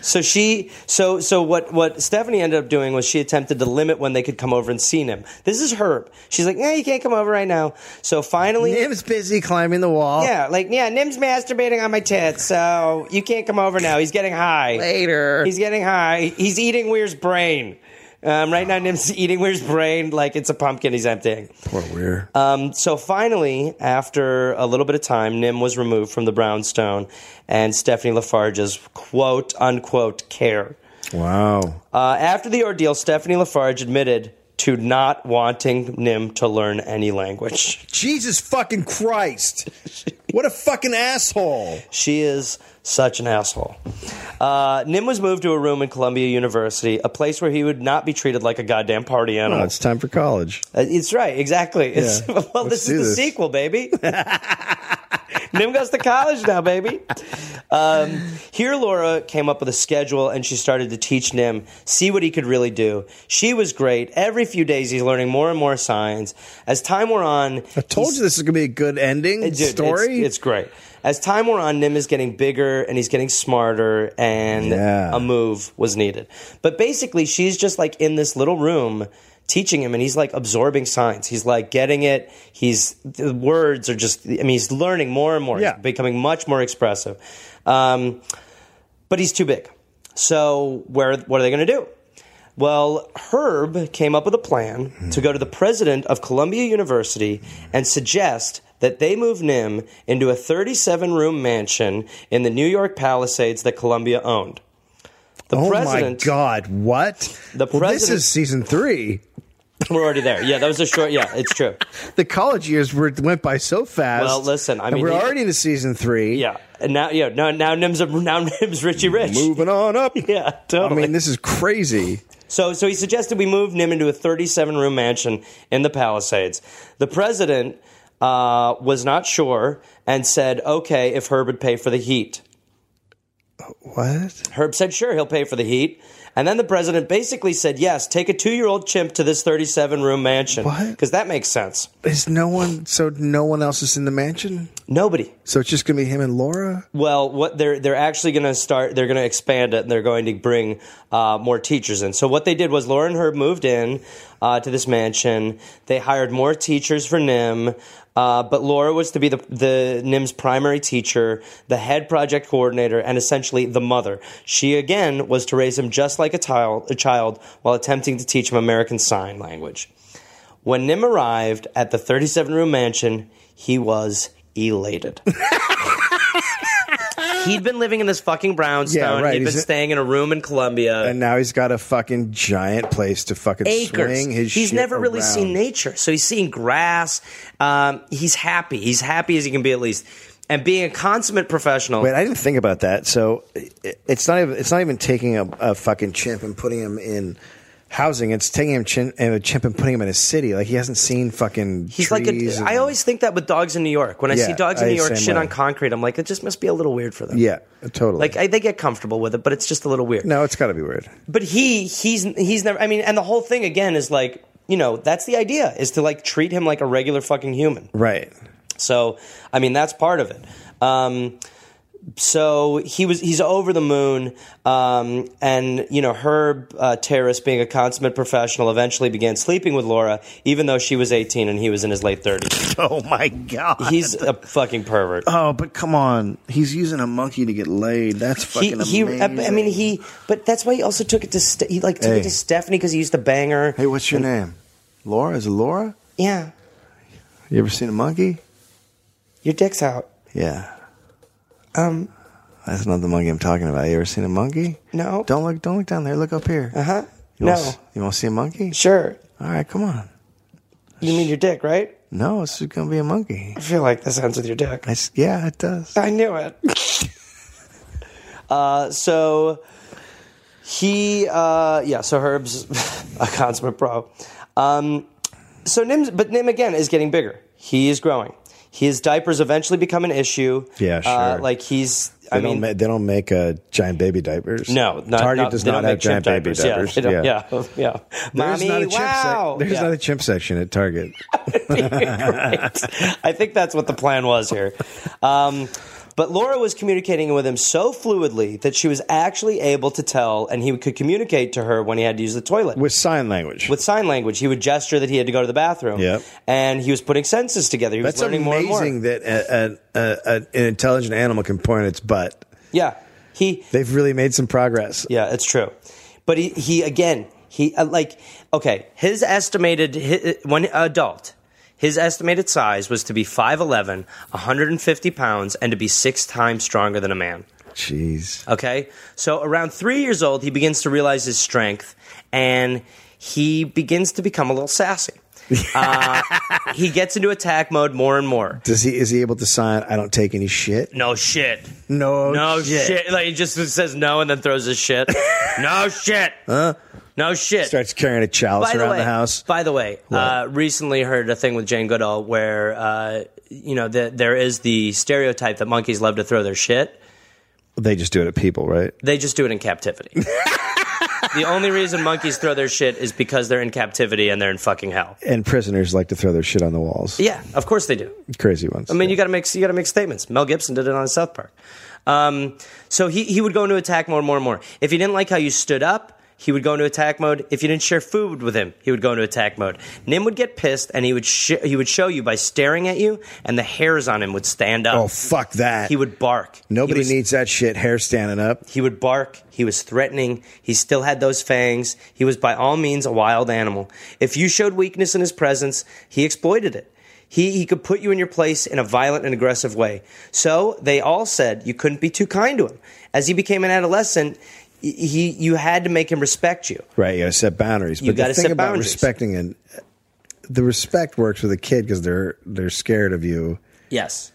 So she so so what what Stephanie ended up doing was she attempted to limit when they could come over and see him. This is Herb. She's like, "Yeah, you can't come over right now." So finally, Nim's busy climbing the wall. <laughs> Yeah, like yeah, Nim's masturbating on my tits, so you can't come over now. He's getting high. Later. He's getting high. He's eating Weir's brain. Um, right now, Nim's <laughs> eating Weir's brain like it's a pumpkin he's emptying. Poor weird. Um, so finally, after a little bit of time, Nim was removed from the brownstone and Stephanie Lafarge's quote unquote care. wow. Uh, after the ordeal, Stephanie Lafarge admitted to not wanting Nim to learn any language. <laughs> Jesus fucking Christ. What a fucking asshole. She is such an asshole. Uh, Nim was moved to a room in Columbia University, a place where he would not be treated like a goddamn party animal. Oh, it's time for college. Uh, It's right, exactly. It's, <laughs> Yeah. well, Let's this is do the this. <laughs> sequel, baby. Nim goes to college now, baby. Um, here, Laura came up with a schedule and she started to teach Nim, see what he could really do. She was great. Every few days, he's learning more and more signs. As time wore on, I told you this is going to be a good ending Dude, story. It's, it's great. As time wore on, Nim is getting bigger and he's getting smarter, and Yeah. a move was needed. But basically, she's just like in this little room teaching him, and he's like absorbing signs. He's like getting it. He's the words are just. I mean, he's learning more and more. Yeah. He's becoming much more expressive. Um, but he's too big. So where what are they going to do? Well, Herb came up with a plan to go to the president of Columbia University and suggest that they move Nim into a 37 room mansion in the New York Palisades that Columbia owned. The oh president, my God. What? The well, this president- is season three. we're already there. Yeah, that was a short. Yeah, it's true. The college years were, went by so fast. Well, listen, I And mean, we're he- already into season three. Yeah, and now yeah now now Nim's a, now Nim's Richie Rich. Moving on up. Yeah, I totally. mean, this is crazy. So, so he suggested we move Nim into a 37 room mansion in the Palisades. The president uh, was not sure and said, okay, if Herb would pay for the heat. What? Herb said, sure, he'll pay for the heat. And then the president basically said, yes, take a two year old chimp to this 37 room mansion. What? Because that makes sense. Is no one? So no one else is in the mansion. Nobody. So it's just gonna be him and Laura. Well, what they're they're actually going to start, they're going to expand it, and they're going to bring uh, more teachers in. So what they did was Laura and Herb moved in uh, to this mansion. They hired more teachers for Nim, uh, but Laura was to be the the Nim's primary teacher, the head project coordinator, and essentially the mother. She again was to raise him just like a child, a child, while attempting to teach him American Sign Language. When Nim arrived at the 37 room mansion, he was elated. <laughs> He'd been living in this fucking brownstone. Yeah, right. He'd been He's- staying in a room in Columbia. And now he's got a fucking giant place to fucking acres. swing his. he's shit never really around. seen nature, so he's seeing grass. Um, he's happy. He's happy as he can be, at least. And being a consummate professional, Wait, I didn't think about that. So it- it's not even it's not even taking a, a fucking chimp and putting him in housing. It's taking him chin, a chimp and putting him in a city. Like he hasn't seen fucking. He's like trees a. and- I always think that with dogs in New York. When I see Yeah, dogs in I- New same York shit way. on concrete, I'm like, it just must be a little weird for them. Yeah, totally. Like I, they get comfortable with it, but it's just a little weird. no, it's got to be weird. but he he's he's never i mean and the whole thing again is like you know that's the idea is to like treat him like a regular fucking human Right. so i mean that's part of it um so he was he's over the moon um, and you know herb uh, terrace being a consummate professional eventually began sleeping with laura even though she was 18 and he was in his late 30s <laughs> Oh my god. he's a <laughs> fucking pervert Oh, but come on. He's using a monkey to get laid. That's fucking he, amazing. I mean, he. But that's why he also took it to. Ste- he like took Hey. it to Stephanie because he used to bang her. Hey, what's your name? Laura? Is it Laura? Yeah, You ever seen a monkey? your dick's out. Yeah. Um, That's not the monkey I'm talking about. You ever seen a monkey? No. Don't look don't look down there. Look up here. huh? You Uh-huh. No. wanna s- you want to see a monkey? Sure. All right, come on. You mean your dick, right? No, it's just going to be a monkey. I feel like this ends with your dick. It's, yeah, it does. I knew it. <laughs> uh, so he, uh, yeah, so Herb's <laughs> a consummate pro. Um, so Nim's, but Nim again is getting bigger. He is growing. His diapers eventually become an issue. Yeah, Uh, sure. like he's, They I don't mean, ma- they don't make uh, giant baby diapers. no, not, Target not, does they not don't have make chimp giant baby diapers. diapers. Yeah, they don't- yeah, <laughs> yeah. There's Mommy, not a chimp wow. sec- there's Yeah. not a chimp section at Target. I think that's what the plan was here. Um, but Laura was communicating with him so fluidly that she was actually able to tell, and he could communicate to her when he had to use the toilet. With sign language. With sign language, he would gesture that he had to go to the bathroom. Yep. And he was putting sentences together. He That's was learning amazing more and more. that a, a, a, an intelligent animal can point its butt. Yeah. He They've really made some progress. Yeah, it's true. But he, he again, he uh, like okay, his estimated hi uh, when adult, his estimated size was to be 5'11", 150 pounds and to be 6 times stronger than a man. Jeez. Okay? So around 3 years old, he begins to realize his strength and he begins to become a little sassy. Uh, he gets into attack mode more and more. Does he is he able to sign? I don't take any shit. No shit. No, No shit. Like he just says no and then throws his shit. no shit. No shit. Starts carrying a chalice around the house. By the way, uh, recently heard a thing with Jane Goodall where uh, you know the, there is the stereotype that monkeys love to throw their shit. They just do it at people, right? They just do it <laughs> in captivity. the only reason monkeys throw their shit is because they're in captivity and they're in fucking hell. And prisoners like to throw their shit on the walls. Yeah, of course they do. Crazy ones. I mean, you got to make you got to make statements. Mel Gibson did it on South Park. Um, so he he would go into attack mode more and more. If he didn't like how you stood up, he would go into attack mode. If you didn't share food with him, he would go into attack mode. Nim would get pissed, and he would sh- he would show you by staring at you, and the hairs on him would stand up. oh fuck that. He would bark. Nobody He was- needs that shit. Hair standing up. He would bark. He was threatening. He still had those fangs. He was by all means a wild animal. If you showed weakness in his presence, he exploited it. He, he could put you in your place in a violent and aggressive way. So they all said you couldn't be too kind to him. As he became an adolescent, y- he, you had to make him respect you. Right. You got to set boundaries. You but the gotta thing set about boundaries. respecting and the respect works with a kid because they're they're scared of you, Yes.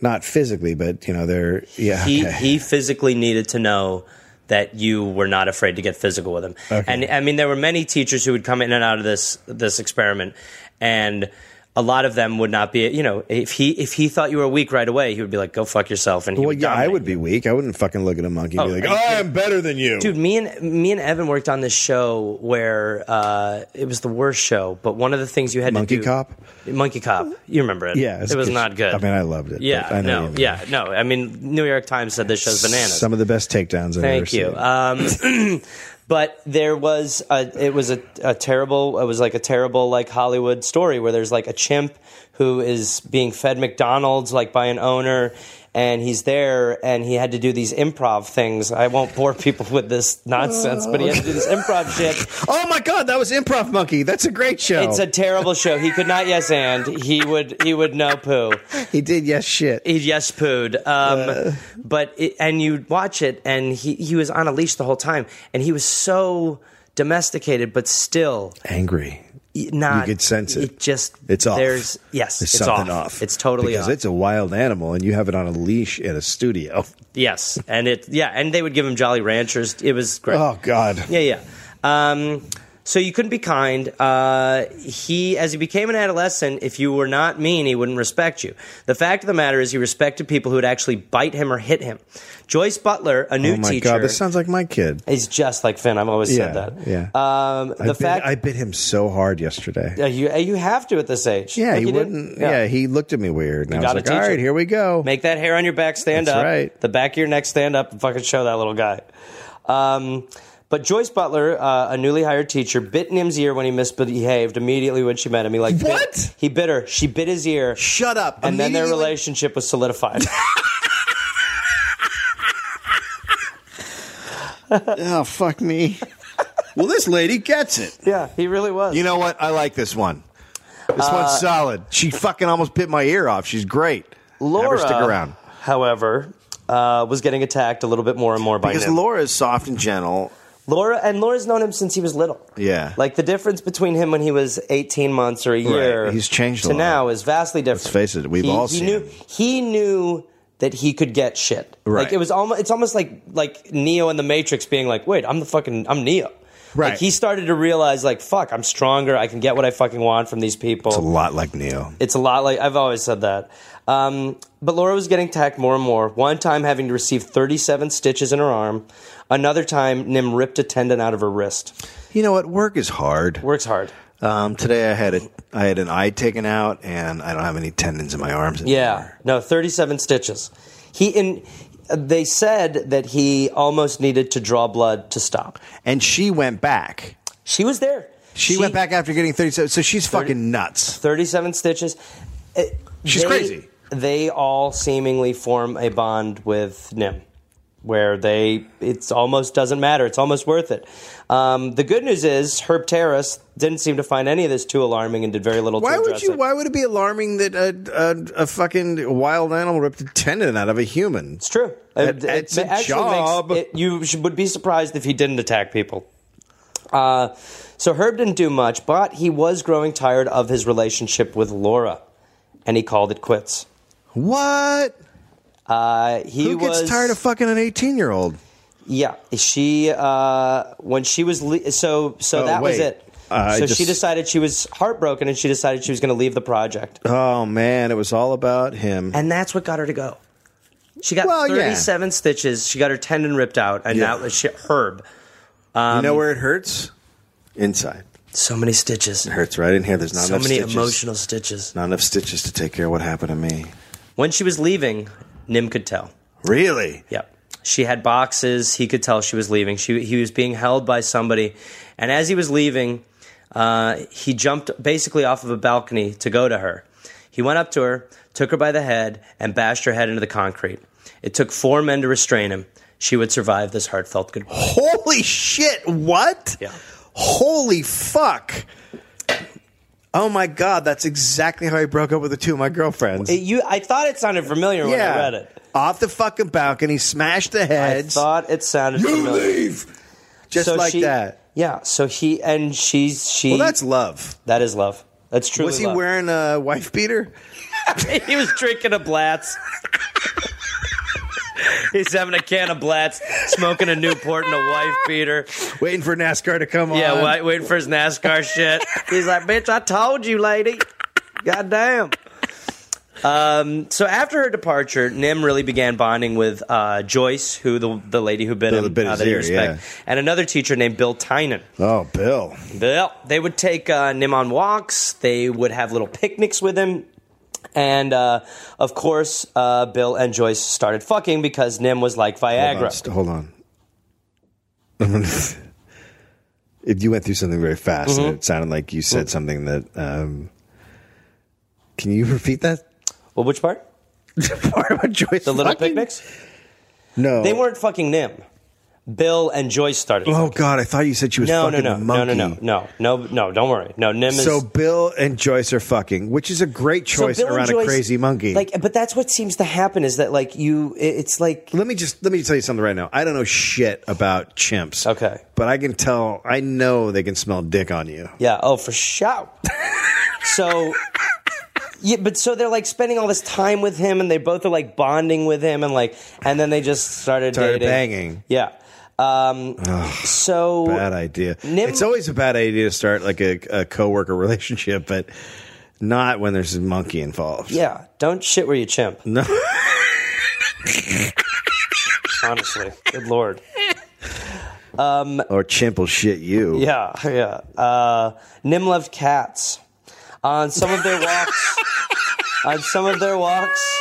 not physically, but you know they're yeah. He, okay. he physically needed to know that you were not afraid to get physical with him. Okay. And I mean, there were many teachers who would come in and out of this this experiment, and a lot of them would not be. You know, if he if he thought you were weak right away, he would be like, "Go fuck yourself." And he well, would yeah, I dominate would be weak. I wouldn't fucking look at a monkey and Oh, be like, are you "Oh, I'm better than you." dude me and me and evan worked on this show where uh, it was the worst show but one of the things you had Monkey to do Cop? monkey cop you remember it Yeah, it's it was good. not good I mean, I loved it, yeah but I know what no you mean. yeah no i mean new york times said this show's bananas Some of the best takedowns I've ever Thank seen. you. Um, <clears throat> but there was a, it was a, a terrible it was like a terrible like Hollywood story where there's like a chimp who is being fed McDonald's like by an owner and he's there and he had to do these improv things. I won't bore <laughs> people with this nonsense, but he had to do this improv shit oh my god, that was Improv Monkey. That's a great show. it's a terrible show. He could not yes and. He would he would no poo. he did yes shit. He yes pooed. Um, but it, and you watch it, and he he was on a leash the whole time, and he was so domesticated, but still Angry. not. You could sense it. just It's off. There's yes, There's it's something off. off. It's totally because off. it's a wild animal, and you have it on a leash at a <laughs> studio. yes, and it yeah, and they would give him Jolly Ranchers. It was great. Oh god. Yeah, yeah. Um, so you couldn't be kind. Uh, he, as he became an adolescent, if you were not mean, he wouldn't respect you. The fact of the matter is, he respected people who would actually bite him or hit him. Joyce Butler, a new Oh my teacher, god, this sounds like my kid. is just like Finn. I've always Yeah, said that. yeah. Um, I the bit, fact I bit him so hard yesterday. Yeah, you you have to at this age. Yeah, Like he you did. wouldn't. Yeah. he looked at me weird, and I was gotta like, teach "All right, him. here we go." Make that hair on your back stand That's up. right. The back of your neck stand up and fucking show that little guy. Um, but Joyce Butler, uh, a newly hired teacher, bit Nim's ear when he misbehaved immediately when she met him. He like bit- What? he bit her. She bit his ear, Shut up! and then their Immediately- relationship <laughs> was solidified. Oh fuck me. well, this lady gets it. yeah, he really was. You know what? I like this one. This one's solid. She fucking almost bit my ear off. She's great. Laura, Have her stick around. However, uh, was getting attacked a little bit more and more by Because Nim. Laura is soft and gentle. Laura and Laura's known him since he was little. Yeah. Like the difference between him when he was 18 months or a year He's changed a to lot. now is vastly different. face it, we've he, all he seen knew him. he knew that he could get shit. Right. Like it was almost it's almost like like Neo in the Matrix being like, "Wait, I'm the fucking I'm Neo." Right. Like he started to realize like, "Fuck, I'm stronger. I can get what I fucking want from these people." A lot like Neo. It's a lot like I've always said that. Um, but Laura was getting tacked more and more. One time having to receive 37 stitches in her arm. Another time, Nim ripped a tendon out of her wrist. You know what? Work is hard. Works hard. Um, today I had a I had an eye taken out, and I don't have any tendons in my arms anymore. Yeah. No, 37 stitches. He in. They said that he almost needed to draw blood to stop. And she went back. She was there. She, went back after getting 37. So she's fucking nuts. 37 stitches. It- She's they- crazy. They all seemingly form a bond with Nim, where they it's almost doesn't matter. It's almost worth it. Um, the good news is Herb Terrace didn't seem to find any of this too alarming and did very little. Why to would address you? It. Why would it be alarming that a, a, a fucking wild animal ripped a tendon out of a human? it's true. That- that's a actually job. Makes, it, you should, would be surprised if he didn't attack people. Uh, so Herb didn't do much, but he was growing tired of his relationship with Laura, and he called it quits. What? Uh, he Who gets was, tired of fucking an 18 year old? Yeah, she uh, when she was le- so so Oh, that was wait. it. I so just- she decided she was heartbroken, and she decided she was going to leave the project, Oh, man. It was all about him. <laughs> and that's what got her to go. She got Well, yeah. thirty-seven stitches. She got her tendon ripped out, and Yeah. now she, Herb. you know where it hurts? Inside. So many stitches. It hurts right in here. There's not So enough many stitches. emotional stitches. Not enough stitches to take care of what happened to me. When she was leaving, Nim could tell. Really? Yep. She had boxes. He could tell she was leaving. She he was being held by somebody, and as he was leaving, uh, he jumped basically off of a balcony to go to her. He went up to her, took her by the head, and bashed her head into the concrete. It took four men to restrain him. She would survive this heartfelt goodbye. Holy shit. What? Yeah. Holy fuck. Oh my god, that's exactly how I broke up with the two of my girlfriends. You, I thought it sounded familiar when I read it. Off the fucking balcony, smashed the I heads. thought it sounded familiar. Just So like she- that. Yeah. So he and she's she. Well, that's love. that is love. That's true. Was he wearing a wife beater? he was drinking a Blatz. He's having a can of Blatz, smoking a Newport and a wife beater. Waiting for NASCAR to come Yeah, on. wait, waiting for his NASCAR shit. He's like, bitch, I told you, lady. Goddamn. Um, so after her departure, Nim really began bonding with uh, Joyce, who the, the lady who bit The- the him, bit uh, his that he ear, respect, and another teacher named Bill Tynan. Oh, Bill. Well, they would take uh, Nim on walks. They would have little picnics with him. And uh, of course, uh, Bill and Joyce started fucking because Nim was like Hold on. Viagra. st- Hold on. <laughs> if you went through something very fast, Mm-hmm. and it sounded like you Mm. said something that. Um, can you repeat that <laughs> Well, which part? part about Joyce? The little fucking? picnics? No, They weren't fucking Nim. Bill and Joyce started. Oh fucking. God, I thought you said she was No, no, fucking no, a no, no, monkey. no, no, no, no. Don't worry. No, Nim is So Bill and Joyce are fucking, which is a great So choice Bill and around Joyce- a crazy monkey. Like, but that's what seems to happen is that like you, it- it's like let me just let me tell you something right now. I don't know shit about chimps. Okay. But I can tell I know they can smell dick on you. Yeah. Oh, for sure. so, yeah, but so they're like spending all this time with him, and they both are like bonding with him, and like, and then they just started, Started dating. banging. Yeah. Um. so Bad idea. Nim- it's always a bad idea to start like a, a coworker <laughs> relationship, but not when there's a monkey involved. yeah, don't shit where you chimp. No. <laughs> Honestly, good lord. or chimp will shit you. Yeah, yeah. Uh, Nim loved cats. On some of their <laughs> walks, on some of their walks,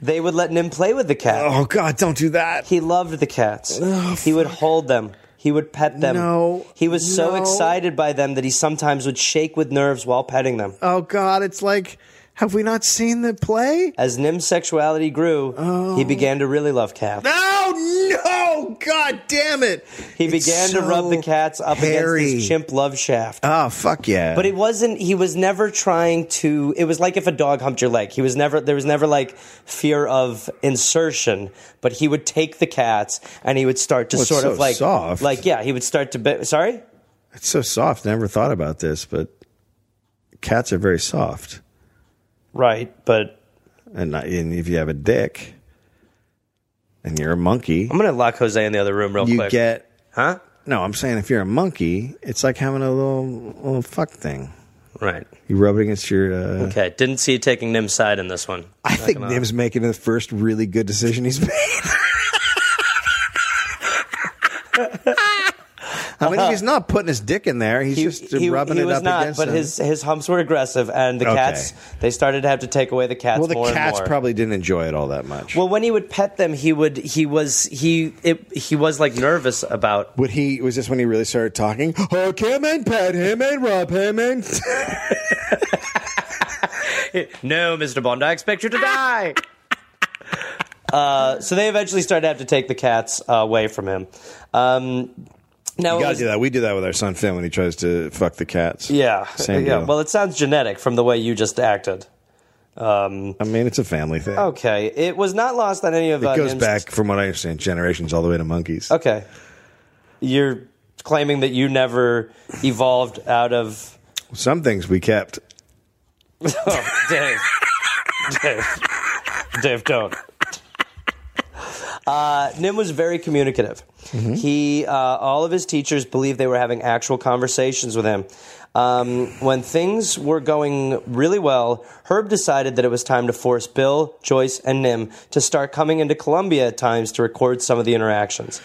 they would let Nim play with the cat. Oh God, don't do that. He loved the cats. he would hold them. He would pet them. Oh, No. He was so No. excited by them that he sometimes would shake with nerves while petting them. Oh God, it's like have we not seen the play? As Nim's sexuality grew, Oh. he began to really love cats. No, Oh, no, God damn it. He It's began to rub so the cats up against hairy. his chimp love shaft. Oh fuck yeah! but it wasn't he was never trying to it was like if a dog humped your leg. He was never there was never like fear of insertion, but he would take the cats and he would start to Well, it's sort so of like soft. like yeah, he would start to be, sorry? it's so soft. I never thought about this, but cats are very soft, Right, but and, not, and if you have a dick and you're a monkey, I'm gonna lock Jose in the other room real you quick. get. huh? No, I'm saying if you're a monkey, it's like having a little little fuck thing. Right. You rub it against your. Uh, Okay. Didn't see you taking Nim's side in this one. I think Nim's making the first really good decision he's made. I mean, he's not putting his dick in there. He's just rubbing he it was up not, against but him. his his humps were aggressive, and the Okay. cats they started to have to take away the cats. well, the more and cats more. probably didn't enjoy it all that much. Well, when he would pet them, he would he was he it, he was like nervous about. <laughs> Would he? Was this when he really started talking? Hug him and pet him and rub him <laughs> and. No, Mr. Bond, I expect you <laughs> to die. Uh, so they eventually started to have to take the cats uh, away from him. Um, now you it gotta was- do that. We do that with our son Finn when he tries to fuck the cats. Yeah, Same yeah. deal. Well, it sounds genetic from the way you just acted. Um, I mean, it's a family thing. Okay, it was not lost on any of it uh, goes Nim's- back, from what I understand, generations all the way to monkeys. Okay, you're claiming that you never evolved out of Some things we kept. Oh, <laughs> Dave. Dave. Dave, don't. Uh, Nim was very communicative. He, uh, all of his teachers believed they were having actual conversations with him. Um, when things were going really well, Herb decided that it was time to force Bill, Joyce, and Nim to start coming into Columbia at times to record some of the interactions.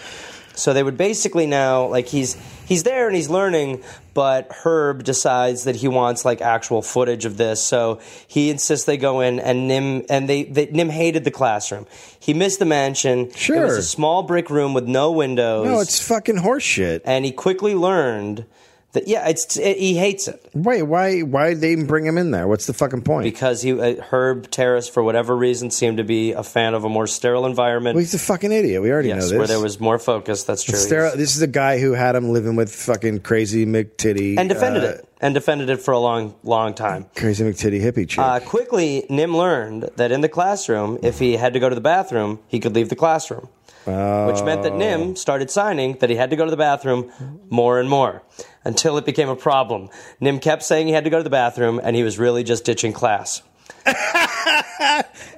So they would basically now like he's he's there and he's learning, but Herb decides that he wants like actual footage of this. So he insists they go in and Nim and they, they Nim hated the classroom. He missed the mansion. It was Sure. a small brick room with no windows. No, it's fucking horseshit. and he quickly learned that yeah, it's it, he hates it Wait, why? Why they even bring him in there? What's the fucking point? because he uh, Herb Terrace for whatever reason seemed to be a fan of a more sterile environment. well, he's a fucking idiot. We already know yes, this. where there was more focus. That's true. Stero- this is the guy who had him living with fucking crazy McTitty and defended uh, it and defended it for a long long time Crazy McTitty hippie chick. uh, quickly nim learned that in the classroom if he had to go to the bathroom he could leave the classroom which meant that Oh. nim started signing that he had to go to the bathroom more and more until it became a problem nim kept saying he had to go to the bathroom and he was really just ditching class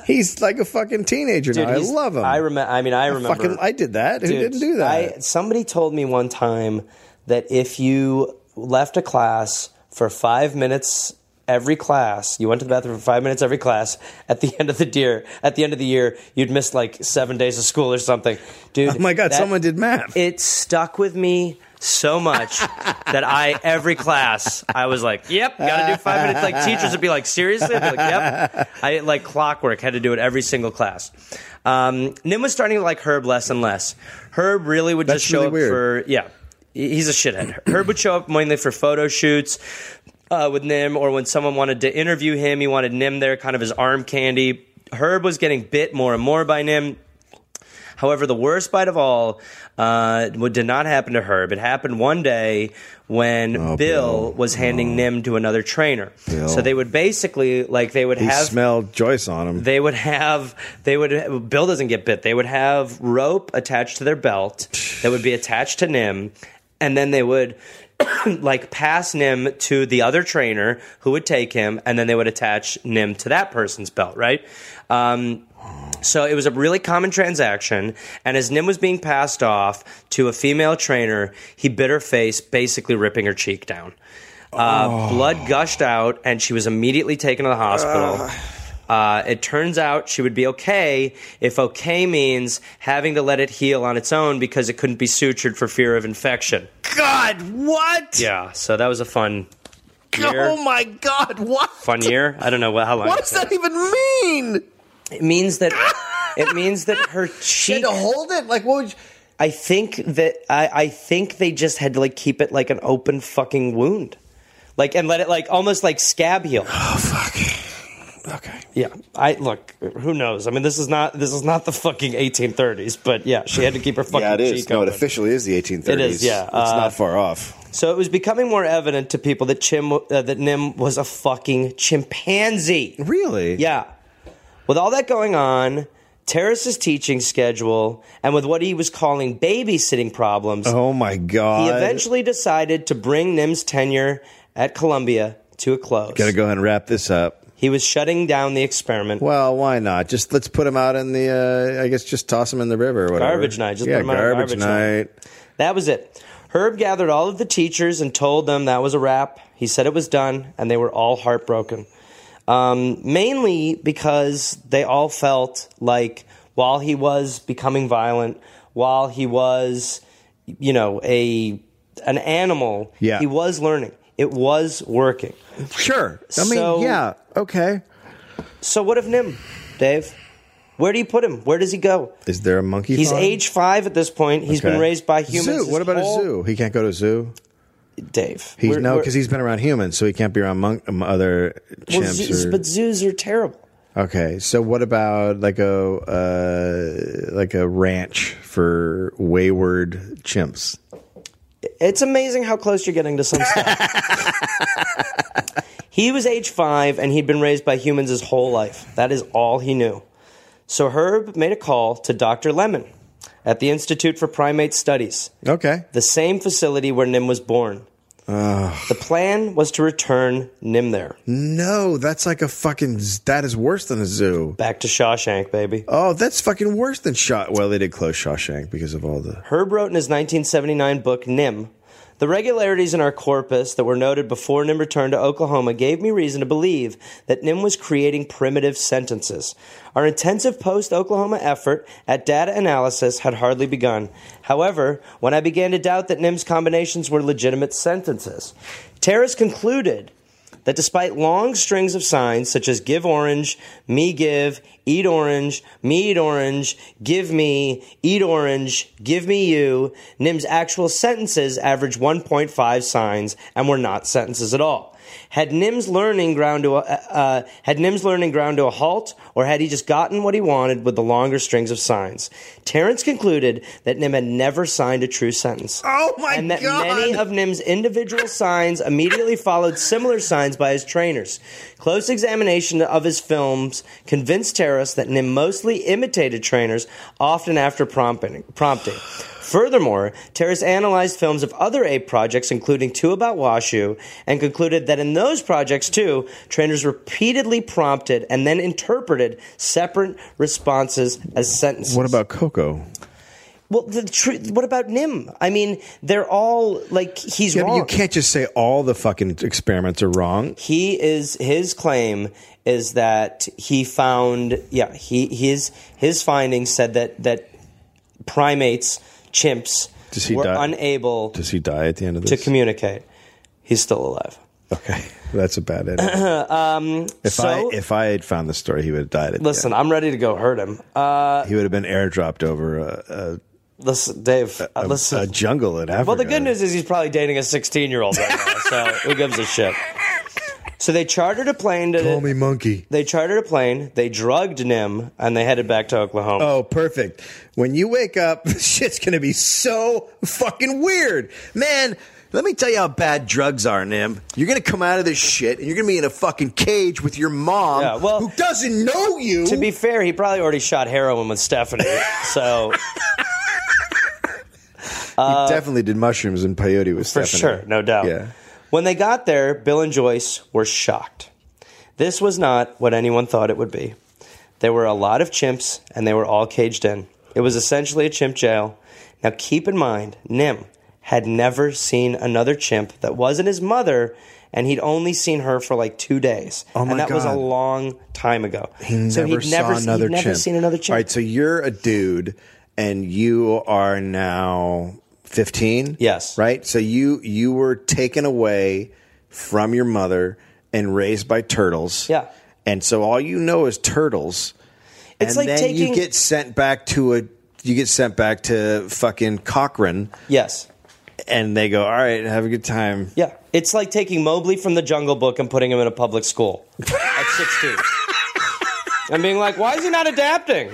he's like a fucking teenager now. I he's- love him. i remember i mean i remember Fucking, I did that. Who Dude, didn't do that? I, somebody told me one time that if you left a class for five minutes every class, you went to the bathroom for five minutes every class. At the end of the year, at the end of the year, you'd miss like seven days of school or something, dude. oh my god, that- someone did math. It stuck with me <laughs> so much that I every class I was like, "Yep, got to do five minutes." Like teachers would be like, "Seriously?" I'd be like, "Yep." I like clockwork had to do it every single class. Um, Nim was starting to like Herb less and less. Herb really would That's just show really up weird. for yeah. he- He's a shithead. Herb would show up mainly for photo shoots uh, with Nim, or when someone wanted to interview him, he wanted Nim there, kind of his arm candy. Herb was getting bit more and more by Nim. However, the worst bite of all uh, what did not happen to Herb. It happened one day when Bill, Oh, Bill. Oh. was handing Nim to another trainer. Bill. So they would basically, like, they would He have. smelled Joyce on him. they would have, they would, Bill doesn't get bit. They would have rope attached to their belt that would be attached to Nim. And then they would, <coughs> like, pass Nim to the other trainer who would take him. And then they would attach Nim to that person's belt, right? Um, so it was a really common transaction, and as Nim was being passed off to a female trainer, he bit her face, basically ripping her cheek down. Uh, Blood gushed out, and she was immediately taken to the hospital. Uh, it turns out she would be okay if okay means having to let it heal on its own because it couldn't be sutured for fear of infection. God, what? Yeah, so that was a fun Oh year. my god, what? Fun year? I don't know what, how long. What it does took. that even mean? It means that it means that <laughs> her She cheek had to hold it. Like what? Would you, I think that I, I think they just had to like keep it like an open fucking wound, like and let it like almost like <sighs> scab heal. oh fuck. Okay. Yeah, I look. Who knows? I mean, this is not this is not the fucking 1830s, but yeah, she had to keep her fucking Yeah, it is. cheek No, it open. officially is the 1830s. It is, yeah. It's Uh, not far off. so it was becoming more evident to people that Chim uh, that Nim was a fucking chimpanzee. Really? Yeah. With all that going on, Terrace's teaching schedule, and with what he was calling babysitting problems, Oh my god. He eventually decided to bring Nim's tenure at Columbia to a close. Gotta go ahead and wrap this up. He was shutting down the experiment. Well, why not? Just let's put him out in the. Uh, I guess just toss him in the river or whatever. Garbage night. Just yeah, put him out on garbage, garbage night. night. That was it. Herb gathered all of the teachers and told them that was a wrap. He said it was done, and they were all heartbroken. Um, mainly because they all felt like while he was becoming violent, while he was, you know, a an animal, Yeah. he was learning. It was working. Sure. I mean, So- yeah. Okay. So what of Nim, Dave? Where do you put him? Where does he go? Is there a monkey? He's farm? age five at this point. He's Okay. been raised by humans. Zoo. his What about whole- a zoo? He can't go to a zoo. Dave? He's we're- no, we're- because he's been around humans, so he can't be around monk, um, other well, chimps. zoos- or- but zoos are terrible. okay, so what about like a uh, like a ranch for wayward chimps? It's amazing how close you're getting to some stuff. he was age five and he'd been raised by humans his whole life. That is all he knew. So Herb made a call to Dr. Lemon, at the Institute for Primate Studies, Okay. the same facility where Nim was born. The plan was to return Nim there. No, that's like a fucking. That is worse than a zoo. Back to Shawshank, baby. Oh, that's fucking worse than Shaw. Well, they did close Shawshank because of all the. Herb wrote in his 1979 book, Nim, The regularities in our corpus that were noted before Nim returned to Oklahoma gave me reason to believe that Nim was creating primitive sentences. Our intensive post Oklahoma effort at data analysis had hardly begun. However, when I began to doubt that Nim's combinations were legitimate sentences, Terrace concluded that despite long strings of signs such as give orange, me give, eat orange, me eat orange, give me, eat orange, give me you, Nim's actual sentences averaged 1.5 signs and were not sentences at all. Had Nim's learning ground to a, uh, had Nim's learning ground to a halt, or had he just gotten what he wanted with the longer strings of signs? Terrence concluded that Nim had never signed a true sentence Oh my and that god! many of Nim's individual signs immediately followed similar signs by his trainers. Close examination of his films convinced terrorists that Nim mostly imitated trainers, often after prompting. prompting. Furthermore, Terrace analyzed films of other ape projects, including two about Washu, and concluded that in those projects, too, trainers repeatedly prompted and then interpreted separate responses as sentences. what about Coco? Well, the truth. What about Nim? I mean, they're all like he's Yeah, but wrong. you can't just say all the fucking experiments are wrong. He is his claim is that he found yeah he his his findings said that that primates chimps Does he were die? unable Does he die at the end of this? to communicate. He's still alive. Okay, <laughs> that's a bad edit. <clears throat> um, if so- I if I had found the story, he would have died. At the Listen, I'm ready to go hurt him. Uh, end. he would have been airdropped over a, listen, Dave. Uh, a, listen. a jungle in Africa. Well, the good news is he's probably dating a 16 year old right now, so who gives a shit? So they chartered a plane to call me monkey. They chartered a plane, they drugged Nim, and they headed back to Oklahoma. Oh, perfect. When you wake up, <laughs> shit's going to be so fucking weird. Man, let me tell you how bad drugs are, Nim. You're going to come out of this shit and you're going to be in a fucking cage with your mom Yeah, well- who doesn't know you. To be fair, he probably already shot heroin with Stephanie. So, he definitely did mushrooms and peyote with uh, for sure, no doubt. When they got there, Bill and Joyce were shocked. This was not what anyone thought it would be. There were a lot of chimps, and they were all caged in. It was essentially a chimp jail. Now, keep in mind, Nim had never seen another chimp that wasn't his mother, and he'd only seen her for like two days. Oh my and that was a God. long time ago. He so never he'd never, saw he'd another never chimp. seen another chimp. All right, so you're a dude, and you are now 15. Yes. right. So you you were taken away from your mother and raised by turtles. Yeah. and so all you know is turtles. It's and like then taking- you get sent back to a you get sent back to fucking Cochrane, Yes. and they go, "All right, have a good time." Yeah. It's like taking Mobley from the Jungle Book and putting him in a public school at 16. and being like, why is he not adapting?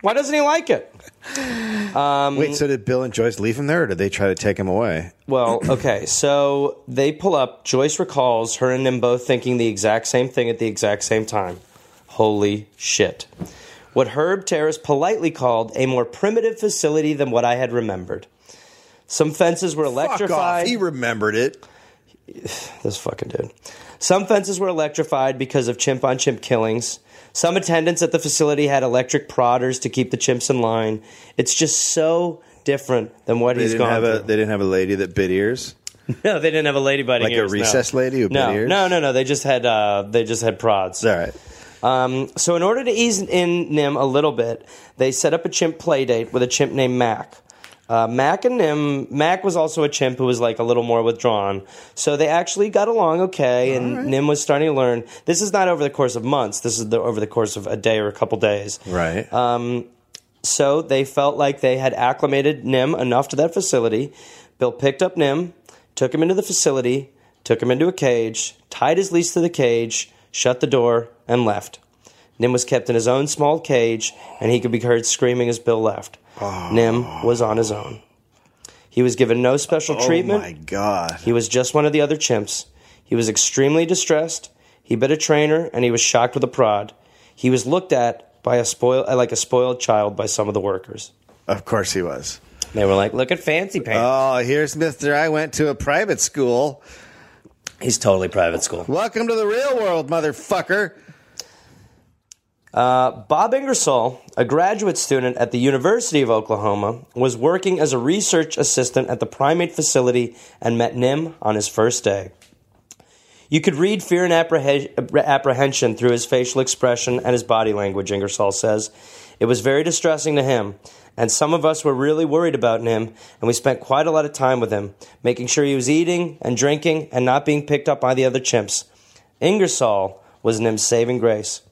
Why doesn't he like it? Wait, so did Bill and Joyce leave him there, or did they try to take him away? Well, okay, so they pull up. Joyce recalls her and them both thinking the exact same thing at the exact same time. Holy shit. What Herb Terrace politely called a more primitive facility than what I had remembered. Some fences were electrified. Fuck off. He remembered it. This fucking dude. Some fences were electrified because of chimp on chimp killings. Some attendants at the facility had electric prodders to keep the chimps in line. It's just so different than what They he's didn't gone have a through. they didn't have a lady that bit ears. no, they didn't have a lady biting Like a ears, no. recessed lady who bit no, ears? no, no, no. They just had uh, they just had prods. All right. Um, so in order to ease in Nim a little bit, they set up a chimp play date with a chimp named Mac. Uh, Mac and Nim, Mac was also a chimp who was like a little more withdrawn. So they actually got along okay, and Nim was starting to learn. This is not over the course of months. This is the, over the course of a day or a couple days. Right. Uh, So they felt like they had acclimated Nim enough to that facility. Bill picked up Nim, took him into the facility, took him into a cage, tied his leash to the cage, shut the door, and left. Nim was kept in his own small cage, and he could be heard screaming as Bill left. Ah. Nim was on his own. He was given no special treatment. Oh my god. He was just one of the other chimps. He was extremely distressed. He bit a trainer, and he was shocked with a prod. He was looked at by a spoil, like a spoiled child by some of the workers. Of course he was. They were like, look at fancy pants. Oh, here's Mister. I went to a private school. He's totally private school. Welcome to the real world, motherfucker. Bob Ingersoll, a graduate student at the University of Oklahoma, was working as a research assistant at the primate facility and met Nim on his first day. You could read fear and appreh- apprehension through his facial expression and his body language, Ingersoll says. It was very distressing to him, and some of us were really worried about Nim, and we spent quite a lot of time with him, making sure he was eating and drinking and not being picked up by the other chimps. Ingersoll was Nim's saving grace.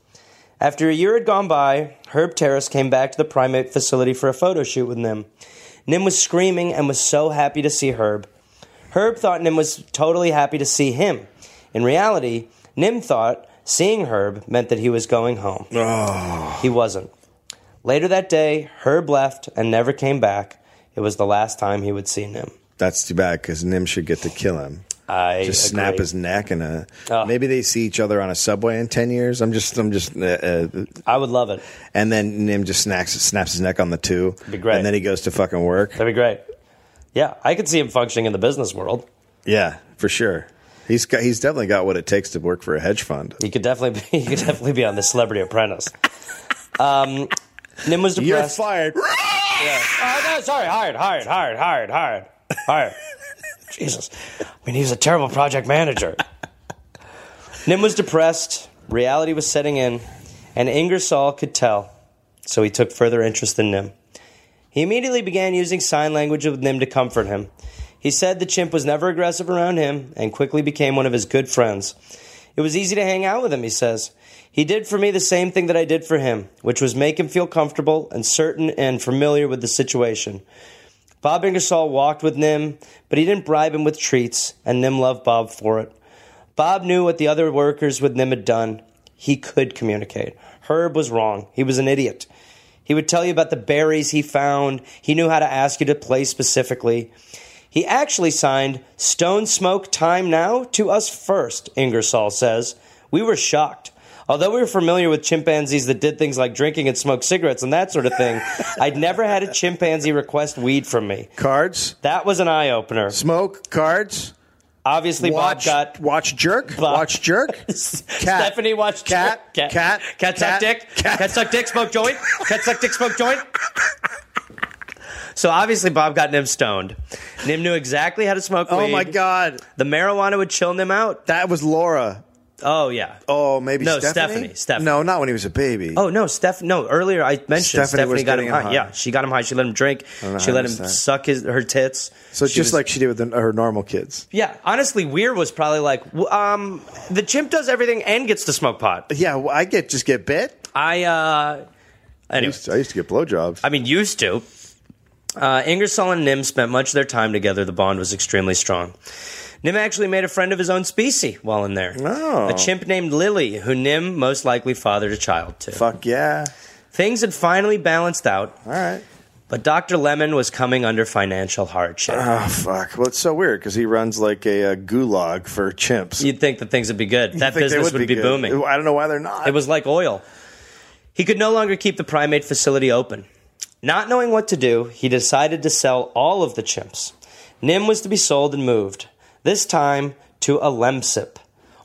After a year had gone by, Herb Terrace came back to the primate facility for a photo shoot with Nim. Nim was screaming and was so happy to see Herb. Herb thought Nim was totally happy to see him. In reality, Nim thought seeing Herb meant that he was going home. Ah. He wasn't. Later that day, Herb left and never came back. It was the last time he would see Nim. That's too bad because Nim should get to kill him. I just agree. snap his neck and a, Ah. maybe they see each other on a subway in 10 years i'm just i'm just uh, uh, I would love it. and then nim just snacks snaps his neck on the two Be great. and then he goes to fucking work That'd be great. Yeah, I could see him functioning in the business world. yeah for sure he's got he's definitely got what it takes to work for a hedge fund You could definitely be. <laughs> You could definitely be on the Celebrity Apprentice. Um, Nim was you're depressed. fired Uh, Oh, no, sorry, hired, hired, hired, hired, hired, hired. Jesus, I mean, he was a terrible project manager. Nim was depressed. Reality was setting in, and Ingersoll could tell, so he took further interest in Nim. He immediately began using sign language with Nim to comfort him. He said the chimp was never aggressive around him and quickly became one of his good friends. It was easy to hang out with him, he says. He did for me the same thing that I did for him, which was make him feel comfortable and certain and familiar with the situation. Bob Ingersoll walked with Nim, but he didn't bribe him with treats, and Nim loved Bob for it. Bob knew what the other workers with Nim had done. He could communicate. Herb was wrong. He was an idiot. He would tell you about the berries he found. He knew how to ask you to play specifically. He actually signed Stone Smoke Time Now to us first, Ingersoll says. We were shocked. Although we were familiar with chimpanzees that did things like drinking and smoke cigarettes and that sort <laughs> of thing, I'd never had a chimpanzee request weed from me. cards That was an eye opener. smoke cards Obviously, watch <laughs> Bob got watch jerk Bob- watch <laughs> jerk Stephanie watched cat cat cat cat suck dick cat. suck dick smoke joint cat suck dick smoke <laughs> joint. So obviously Bob got Nim stoned. Nim knew exactly how to smoke oh weed. my god The marijuana would chill Nim out. that was laura Oh yeah. oh maybe No, stephanie Stephanie, Stephanie. no not when he was a baby Oh no, Steph. No, earlier I mentioned Stephanie Stephanie, was got him getting high. him high. Yeah, she got him high. She let him drink. know She how I let him missed that. suck his her tits. so She just was- like she did with the, her normal kids yeah. Honestly, Weir was probably like, "W- um, the chimp does everything and gets to smoke pot. Yeah, well, I get just get bit. I uh, I anyway. used to, I used to get blowjobs. I mean, used to. Uh, Ingersoll and Nim spent much of their time together. The bond was extremely strong. Nim actually made a friend of his own species while in there. Oh. A chimp named Lily, who Nim most likely fathered a child to. Fuck yeah! Things had finally balanced out, All right. but Dr. Lemon was coming under financial hardship. Oh fuck! Well, it's so weird because he runs like a, uh gulag for chimps. You'd think that things would be good. That I think they business would, be, good. booming. I don't know why they're not. It was like oil. He could no longer keep the primate facility open. Not knowing what to do, he decided to sell all of the chimps. Nim was to be sold and moved, this time to a LEMSIP,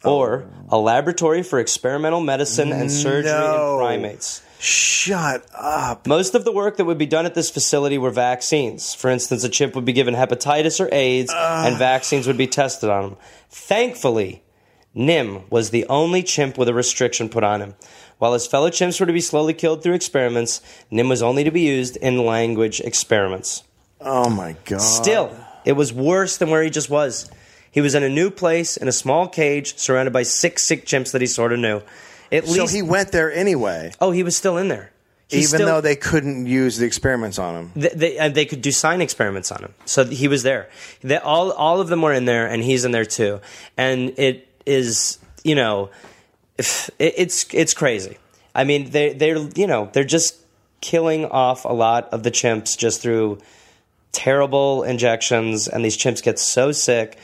or a laboratory for experimental medicine and surgery No. in primates. shut up. Most of the work that would be done at this facility were vaccines. For instance, a chimp would be given hepatitis or AIDS, and vaccines would be tested on him. Thankfully, Nim was the only chimp with a restriction put on him. While his fellow chimps were to be slowly killed through experiments, Nim was only to be used in language experiments. Oh my god. Still, it was worse than where he just was. He was in a new place in a small cage surrounded by six sick chimps that he sort of knew. At So least, he went there anyway, oh, he was still in there. He even still- though they couldn't use the experiments on him. th- they, and they could do sign experiments on him. So he was there. They, all all of them were in there, and he's in there too. And it is you know, if- <sighs> it, it's it's crazy. I mean, they they're you know they're just killing off a lot of the chimps just through terrible injections, and these chimps get so sick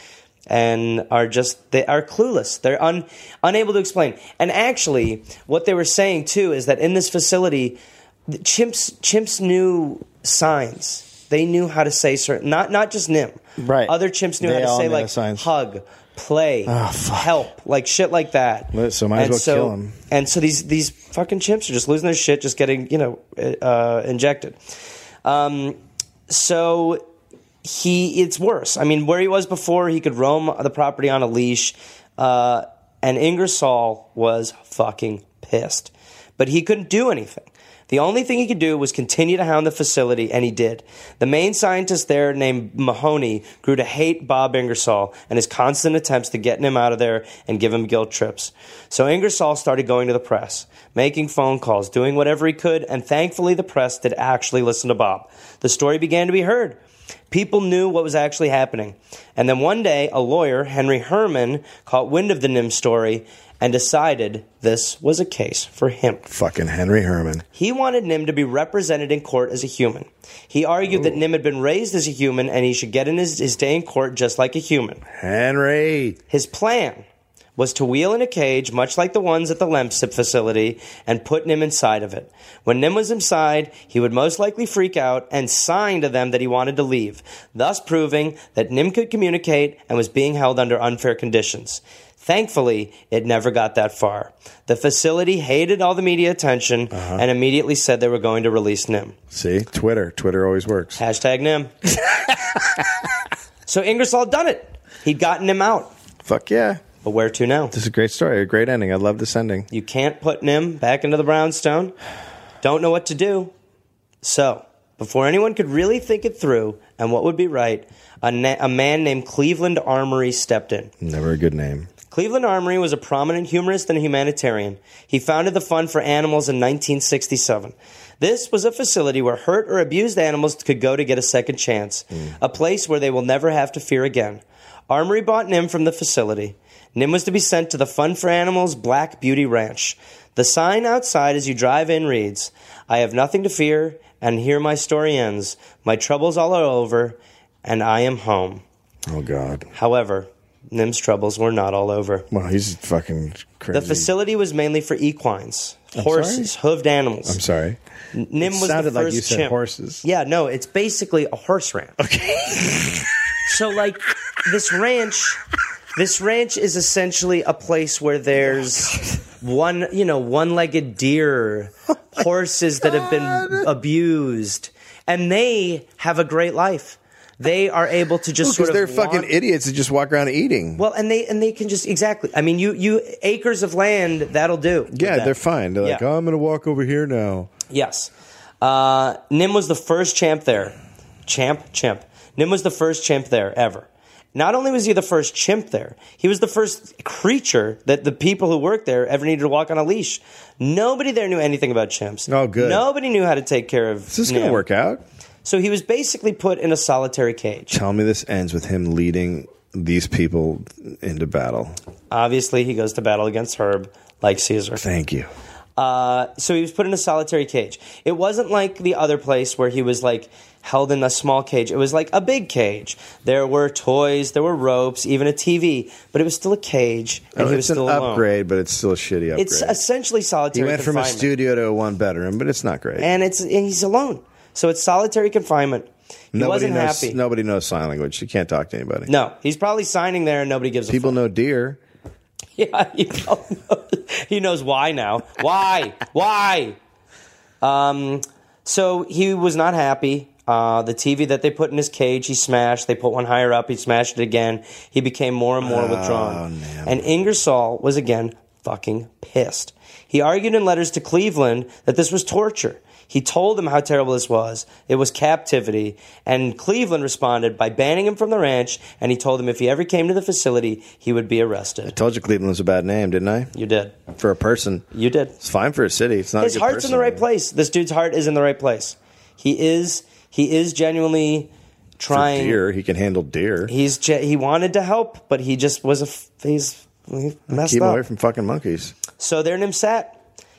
and are just they are clueless. They're un, unable to explain. And actually, what they were saying too is that in this facility, the chimps chimps knew signs. They knew how to say certain not not just Nim. Right. Other chimps knew They how to all say knew like the signs. Ah, hug, play, help, like shit like that. Well, so might as and well so, kill 'em. And so these these fucking chimps are just losing their shit, just getting you know uh, injected. Um, so he it's worse. I mean, where he was before, he could roam the property on a leash, uh, and Ingersoll was fucking pissed, but he couldn't do anything. The only thing he could do was continue to hound the facility, and he did. The main scientist there, named Mahoney, grew to hate Bob Ingersoll and his constant attempts to get him out of there and give him guilt trips. So Ingersoll started going to the press, making phone calls, doing whatever he could, and thankfully the press did actually listen to Bob. The story began to be heard. People knew what was actually happening. And then one day, a lawyer, Henry Herman, caught wind of the Nim story and decided this was a case for him. Fucking Henry Herman. He wanted Nim to be represented in court as a human. He argued that Nim had been raised as a human and he should get in his, his day in court just like a human. Henry. His plan was to wheel in a cage, much like the ones at the Lempsip facility, and put Nim inside of it. When Nim was inside, he would most likely freak out and sign to them that he wanted to leave, thus proving that Nim could communicate and was being held under unfair conditions. Thankfully, it never got that far. The facility hated all the media attention and immediately said they were going to release Nim. See? Twitter. Twitter always works. Hashtag Nim. so Ingersoll had done it. He'd gotten him out. Fuck yeah. But where to now? This is a great story. A great ending. I love this ending. You can't put Nim back into the brownstone. Don't know what to do. So, before anyone could really think it through and what would be right, a, na- a man named Cleveland Armory stepped in. Never a good name. Cleveland Armory was a prominent humorist and humanitarian. He founded the Fund for Animals in 1967. This was a facility where hurt or abused animals could go to get a second chance, a place where they will never have to fear again. Armory bought Nim from the facility. Nim was to be sent to the Fund for Animals Black Beauty Ranch. The sign outside as you drive in reads, I have nothing to fear, and here my story ends. My troubles all are over, and I am home. Oh, God. However, Nim's troubles were not all over. Well, he's fucking crazy. The facility was mainly for equines, horses, hooved animals. I'm sorry. Nim was sounded the like first you said chimp. horses. Yeah, no, it's basically a horse ranch. Okay. <laughs> so like this ranch, this ranch is essentially a place where there's one, you know, one-legged <laughs> deer, Oh horses that have been abused, and they have a great life. They are able to just sort Because of they're fucking wander- idiots that just walk around eating. well, and they and they can just exactly. I mean, you you acres of land that'll do. with yeah, that. they're fine. They're like, Yeah. oh, I'm going to walk over here now. Yes, uh, Nim was the first champ there. Champ, chimp. Nim was the first chimp there ever. Not only was he the first chimp there, he was the first creature that the people who worked there ever needed to walk on a leash. Nobody there knew anything about chimps. Oh, good. Nobody knew how to take care of. Is this going to Nim. work out? So he was basically put in a solitary cage. Tell me this ends with him leading these people into battle. Obviously, he goes to battle against Herb like Caesar. Thank you. Uh, so he was put in a solitary cage. It wasn't like the other place where he was like held in a small cage. It was like a big cage. There were toys, there were ropes, even a TV, but it was still a cage, and he was Oh, it's an still alone. upgrade, but it's still a shitty upgrade. It's essentially he solitary. went from a confinement. studio to a one bedroom, but it's not great. and it's and he's alone. So it's solitary confinement. He nobody wasn't knows, happy. Nobody knows sign language. You can't talk to anybody. No, he's probably signing there, and nobody gives a People know deer. <laughs> Yeah, he, knows, he knows why now. Why? why? Um, so he was not happy. Uh, the TV that they put in his cage, he smashed. They put one higher up, he smashed it again. He became more and more withdrawn. And Ingersoll was again fucking pissed. He argued in letters to Cleveland that this was torture. He told them how terrible this was. It was captivity. And Cleveland responded by banning him from the ranch, and he told him if he ever came to the facility, he would be arrested. Told you Cleveland was a bad name, didn't I? You did. For a person, You did. it's fine for a city. It's not. His a good heart's in person. the right place. This dude's heart is in the right place. He is. He is genuinely For trying. deer, he can handle deer. He's. ge- He wanted to help, but he just was a. f- He's. He messed Keep up. away from fucking monkeys. so there, Nim sat.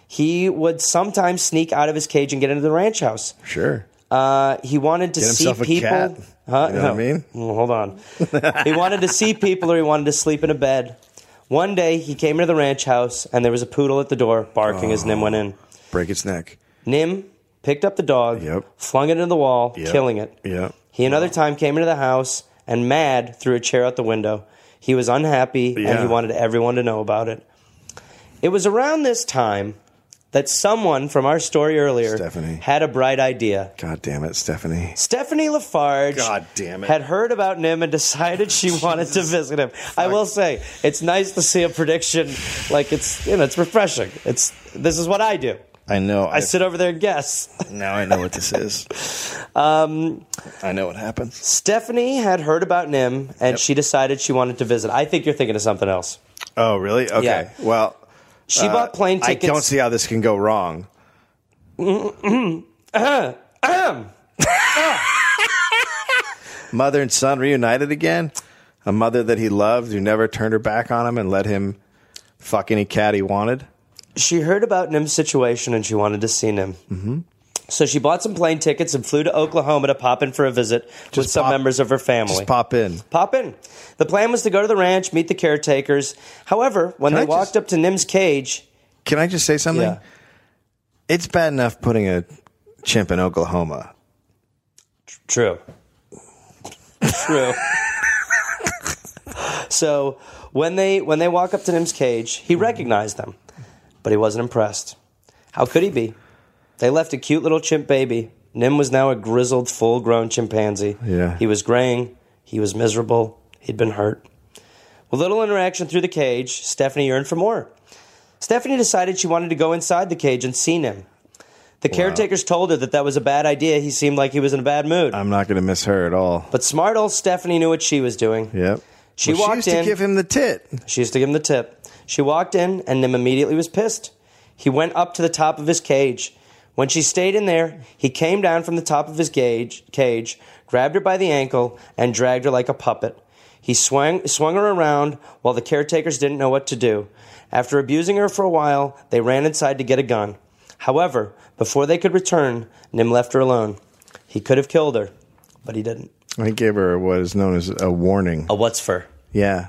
He would sometimes sneak out of his cage and get into the ranch house. Sure. Uh, he wanted to Get see himself a people. cat. Huh? You know what No. I mean? Well, hold <laughs> on. he wanted to see people, or he wanted to sleep in a bed. One day, he came Oh. into the ranch house, and there was a poodle at the door barking as Nim went in. Break its neck. Nim picked up the dog, Yep. flung it into the wall, Yep. killing it. Yep. He another time came into the house and mad threw a chair out the window. He was unhappy and Yeah. he wanted everyone to know about it. It was around this time that someone from our story earlier Stephanie. had a bright idea. God damn it, Stephanie. Stephanie Lafarge God damn it. had heard about Nim and <laughs> decided she wanted to visit him. I will say, it's nice to see a prediction. Like it's you know, it's refreshing. It's this is what I do. I know. I sit over there and guess. <laughs> now I know what this is. Um, I know what <laughs> happens. Stephanie had heard about Nim and she decided she wanted to visit. I think you're thinking of something else. Oh, really? Okay. Yeah. Well, She bought plane Uh, I tickets. Mm-hmm. don't see how this can go wrong. Uh-huh. Uh-huh. mother and son reunited again. A mother that he loved who never turned her back on him and let him fuck any cat he wanted. she heard about Nim's situation and she wanted to see Nim. Mm-hmm. So she bought some plane tickets and flew to Oklahoma to pop in for a visit with some pop- members of her family. Just pop in. Pop in. The plan was to go to the ranch, meet the caretakers. However, when Can they I walked just- up to Nim's cage, Can I just say something? Yeah. It's bad enough putting a chimp in Oklahoma. true, true. so when they when they walk up to Nim's cage, he recognized them, but he wasn't impressed. How could he be? They left a cute little chimp baby. Nim was now a grizzled, full grown chimpanzee. Yeah. He was graying. He was miserable. He'd been hurt. With little interaction through the cage, Stephanie yearned for more. Stephanie decided she wanted to go inside the cage and see Nim. The caretakers told her that that was a bad idea. He seemed like he was in a bad mood. I'm not going to miss her at all. but smart old Stephanie knew what she was doing. Yep. She Well, walked used in. to give him the tit. She used to give him the tip. She walked in, and Nim immediately was pissed. He went up to the top of his cage. When she stayed in there, he came down from the top of his gauge, cage, grabbed her by the ankle, and dragged her like a puppet. He swung, swung her around while the caretakers didn't know what to do. After abusing her for a while, they ran inside to get a gun. However, before they could return, Nim left her alone. He could have killed her, but he didn't. I gave her what is known as a warning. A what's for? Yeah.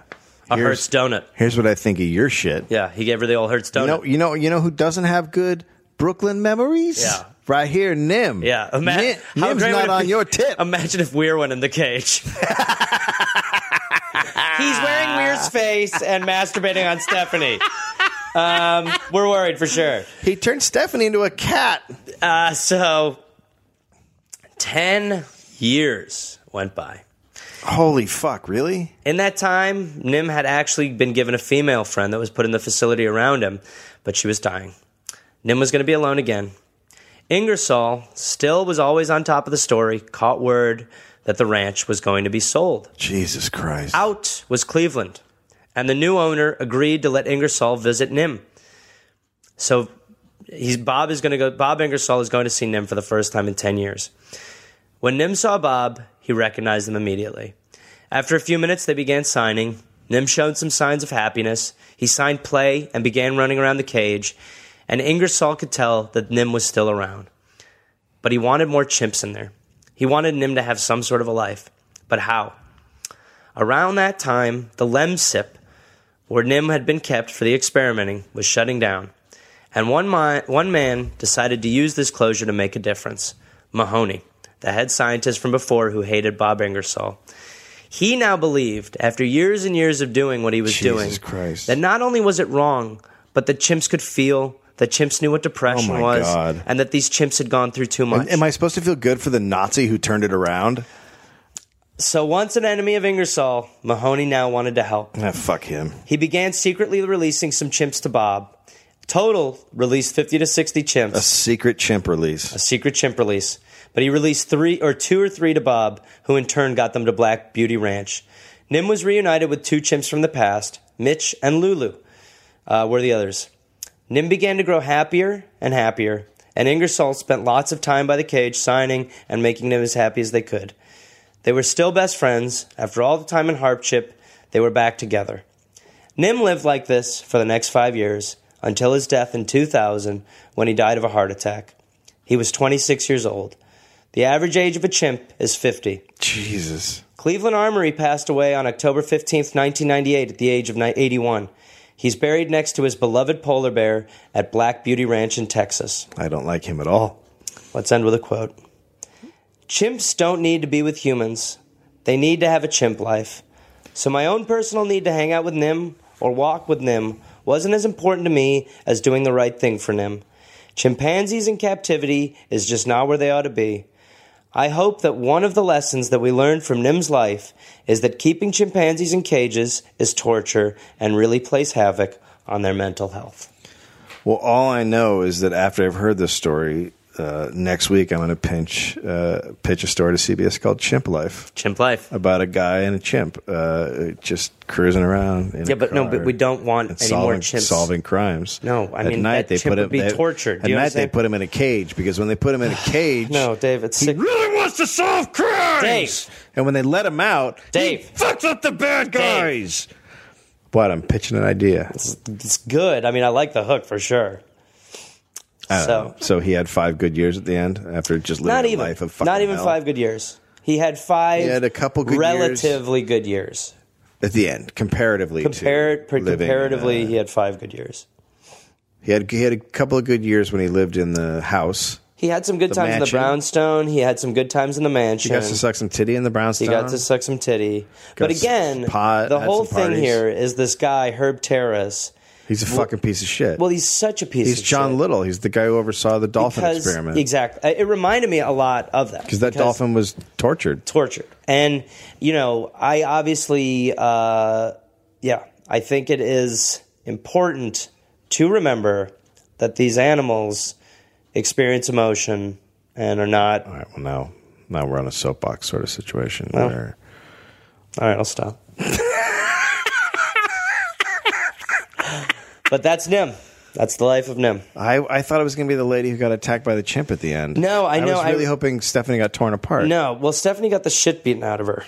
A Here's- Hertz donut. Here's what I think of your shit. Yeah, he gave her the old Hertz You donut. know, you know, you know who doesn't have good Brooklyn memories? Yeah. Right here, Nim. Yeah, ima- Nim, how Nim's great would not it on be- Um, your tip. Imagine if Weir went in the cage. He's wearing Weir's face and masturbating on Stephanie. Um, we're worried for sure. he turned Stephanie into a cat. Uh, so, ten years went by. Holy fuck! Really? In that time, Nim had actually been given a female friend that was put in the facility around him, but she was dying. Nim was going to be alone again. Ingersoll still was always on top of the story, caught word that the ranch was going to be sold. Jesus Christ! Out was Cleveland, and the new owner agreed to let Ingersoll visit Nim. So he's Bob is going to go. Bob Ingersoll is going to see Nim for the first time in ten years. When Nim saw Bob, he recognized him immediately. After a few minutes, they began signing. Nim showed some signs of happiness. He signed play and began running around the cage, and Ingersoll could tell that Nim was still around. But he wanted more chimps in there. He wanted Nim to have some sort of a life. But how? Around that time, the Lem Sip, where Nim had been kept for the experimenting, was shutting down, and one, mi- one man decided to use this closure to make a difference Mahoney, the head scientist from before who hated Bob Ingersoll. He now believed, after years and years of doing what he was Jesus doing, Christ. that not only was it wrong, but that chimps could feel, that chimps knew what depression Oh my was, God. and that these chimps had gone through too much. Am I supposed to feel good for the Nazi who turned it around? so, once an enemy of Ingersoll, Mahoney now wanted to help. Ah, fuck him. He began secretly releasing some chimps to Bob. Total released 50 to 60 A chimps, secret chimp release. a secret chimp release. But he released three or two or three to Bob, who in turn got them to Black Beauty Ranch. Nim was reunited with two chimps from the past, Mitch and Lulu, uh, were the others. Nim began to grow happier and happier, and Ingersoll spent lots of time by the cage signing and making Nim as happy as they could. They were still best friends. After all the time and hardship, they were back together. Nim lived like this for the next five years until his death in 2000 when he died of a heart attack. He was 26 years old. The average age of a chimp is 50. Jesus. Cleveland Armory passed away on October 15, 1998, at the age of ni- 81. He's buried next to his beloved polar bear at Black Beauty Ranch in Texas. I don't like him at all. Let's end with a quote Chimps don't need to be with humans, they need to have a chimp life. So, my own personal need to hang out with Nim or walk with Nim wasn't as important to me as doing the right thing for Nim. Chimpanzees in captivity is just not where they ought to be. I hope that one of the lessons that we learned from Nim's life is that keeping chimpanzees in cages is torture and really plays havoc on their mental health. Well, all I know is that after I've heard this story, uh, next week I'm going to pinch uh, pitch a story to CBS called Chimp Life Chimp life. about a guy and a chimp uh, just cruising around. In Yeah, a but no, car but we don't want and any more solving- chimps. solving crimes. No, I at mean, night that they chimp put would him, be they- tortured. At Do you night they understand? put him in a cage because when they put him <sighs> in a cage, No, Dave, it's he sick. really wants to solve crimes. Dave. and when they let him out, Dave. he fucks up the bad guys. What? I'm pitching an idea. It's good. I mean, I like the hook for sure. I don't So- know. so he had five good years at the end after just living Not a even. life of fucking Not even hell. five good years. He had five. He had a couple good years. relatively good years. at the end comparatively to Compared, per- living, comparatively, uh, he had five good years. he had he had a couple of good years when he lived in the house He had some good The times in the mansion. brownstone. He had some good times in the mansion. he got to suck some titty in the brownstone He got to suck some titty. But some again, pot, the had whole some thing parties. here is this guy Herb Terrace. he's a fucking piece of shit Well, he's such a piece. he's of John shit. Little he's the guy who oversaw the dolphin Because- experiment Exactly. It reminded me a lot of that because that dolphin was tortured tortured. And you know, I obviously, uh, yeah, I think it is important to remember that these animals experience emotion and are not. all right well now now we're on a soapbox sort of situation where All right, I'll stop. <laughs> but that's Nim. That's the life of Nim. I, I thought it was going to be the lady who got attacked by the chimp at the end. No, I know, was I- really hoping Stephanie got torn apart. No, well, Stephanie got the shit beaten out of her.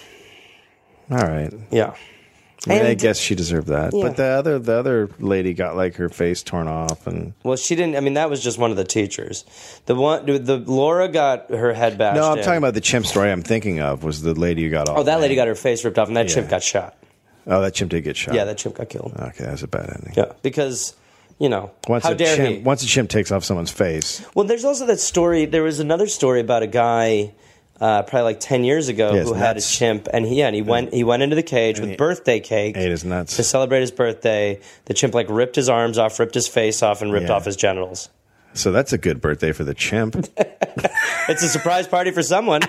All right. Yeah. I mean, I And- guess she deserved that. Yeah. But the other the other lady got like her face torn off and Well, she didn't. I mean, that was just one of the teachers. The one, the Laura got her head bashed. No, I'm in. talking about the chimp story I'm thinking of was the lady who got off. Oh, that lady got her face ripped off, and that Yeah. chimp got shot. Oh, that chimp did get shot. Yeah, that chimp got killed. Okay, that's a bad ending. Yeah, because you know Once how a dare chimp he? once a chimp takes off someone's face. Well, there's also that story. There was another story about a guy. Uh, probably like ten years ago, Yes, who had a nuts. chimp, and he yeah, and he went he went into the cage with he birthday cake ate his nuts. to celebrate his birthday. The chimp like ripped his arms off, ripped his face off, and ripped Yeah. off his genitals. So that's a good birthday for the chimp. <laughs> It's a surprise party for <laughs> someone.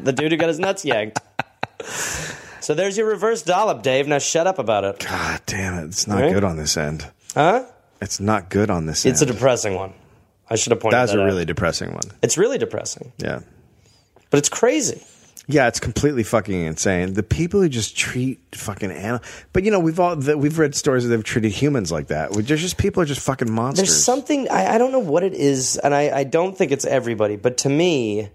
the dude who got his nuts yanked. So there's your reverse dollop, Dave. Now shut up about it. God damn it. It's not Right? good on this end. Huh? It's not good on this end. It's a depressing one. I should have pointed That was that a out. really depressing one. It's really depressing, Yeah. but it's crazy. Yeah, it's completely fucking insane. The people who just treat fucking animals, but you know we've all that we've read stories that they've treated humans like that. Which is just people are just fucking monsters. There's something I, I don't know what it is, and I, I don't think it's everybody, but to me,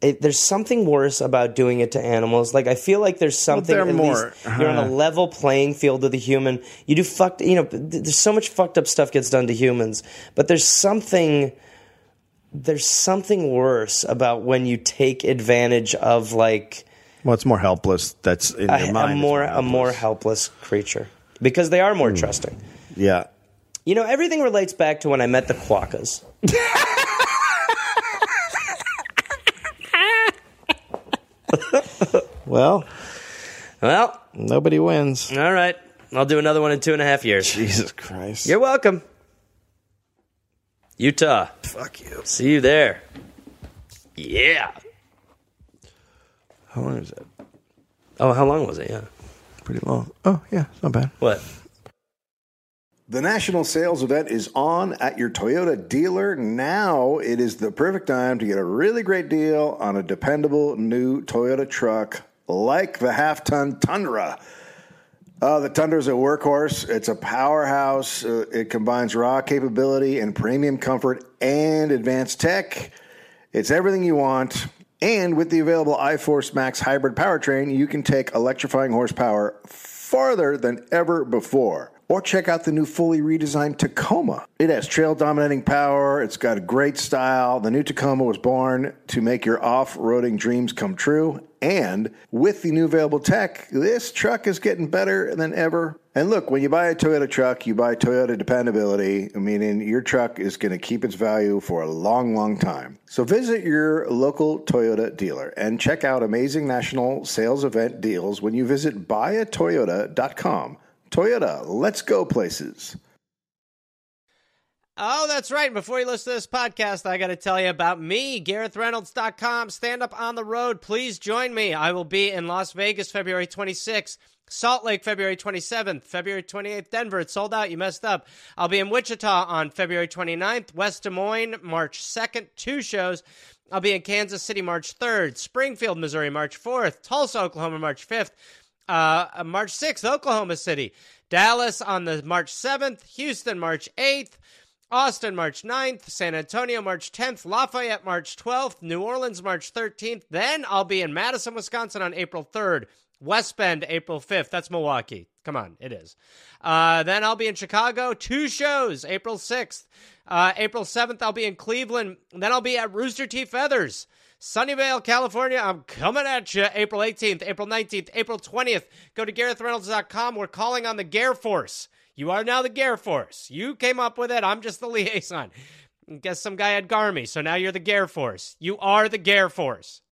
it, there's something worse about doing it to animals. Like I feel like there's something they're at more- uh-huh. least you're on a level playing field with the human. You do fucked, you know. th- There's so much fucked up stuff gets done to humans, but there's something. There's something worse about when you take advantage of like well, it's more helpless. That's in a, your a mind. it's more a more helpless. Hmm. helpless creature because they are more trusting. Yeah, You know, everything relates back to when I met the Quokkas. Well, Well, nobody wins. all right. I'll do another one in two and a half years. Jesus Christ. You're welcome. Utah. Fuck you. See you there. Yeah. How long is that? Oh, how long was it? Yeah. Pretty long. Oh, yeah, it's not bad. What? The national sales event is on at your Toyota dealer now. It is the perfect time to get a really great deal on a dependable new Toyota truck like the half ton Tundra. Uh, the Tundra is a workhorse. It's a powerhouse. Uh, it combines raw capability and premium comfort and advanced tech. It's everything you want. And with the available iForce Max hybrid powertrain, you can take electrifying horsepower farther than ever before. or check out the new fully redesigned Tacoma. It has trail dominating power, it's got a great style. The new Tacoma was born to make your off roading dreams come true. And with the new available tech, this truck is getting better than ever. And look, when you buy a Toyota truck, you buy Toyota dependability, meaning your truck is going to keep its value for a long, long time. So visit your local Toyota dealer and check out amazing national sales event deals when you visit buyatoyota.com. Toyota, let's go places. Oh, that's right. And Before you listen to this podcast, I got to tell you about me, GarethReynolds.com. Stand up on the road. Please join me. I will be in Las Vegas February 26th, Salt Lake February 27th, February 28th, Denver. It's sold out. You messed up. I'll be in Wichita on February 29th, West Des Moines, March 2nd, two shows. I'll be in Kansas City March 3rd, Springfield, Missouri March 4th, Tulsa, Oklahoma March 5th uh, uh, March 6th, Oklahoma City, Dallas on the March 7th, Houston March 8th, Austin March 9th, San Antonio March 10th, Lafayette March 12th, New Orleans March 13th. Then I'll be in Madison, Wisconsin on April 3rd, West Bend April 5th. That's Milwaukee. Come on, it is. Uh, then I'll be in Chicago, two shows, April 6th. Uh, April 7th, I'll be in Cleveland. Then I'll be at Rooster Teeth Feathers. Sunnyvale, California. I'm coming at you April 18th, April 19th, April 20th. Go to GarethReynolds.com. We're calling on the Gare Force. You are now the Gare Force. You came up with it. I'm just the <laughs> liaison. Guess some guy had Garmy, so now you're the Gare Force. You are the Gare Force.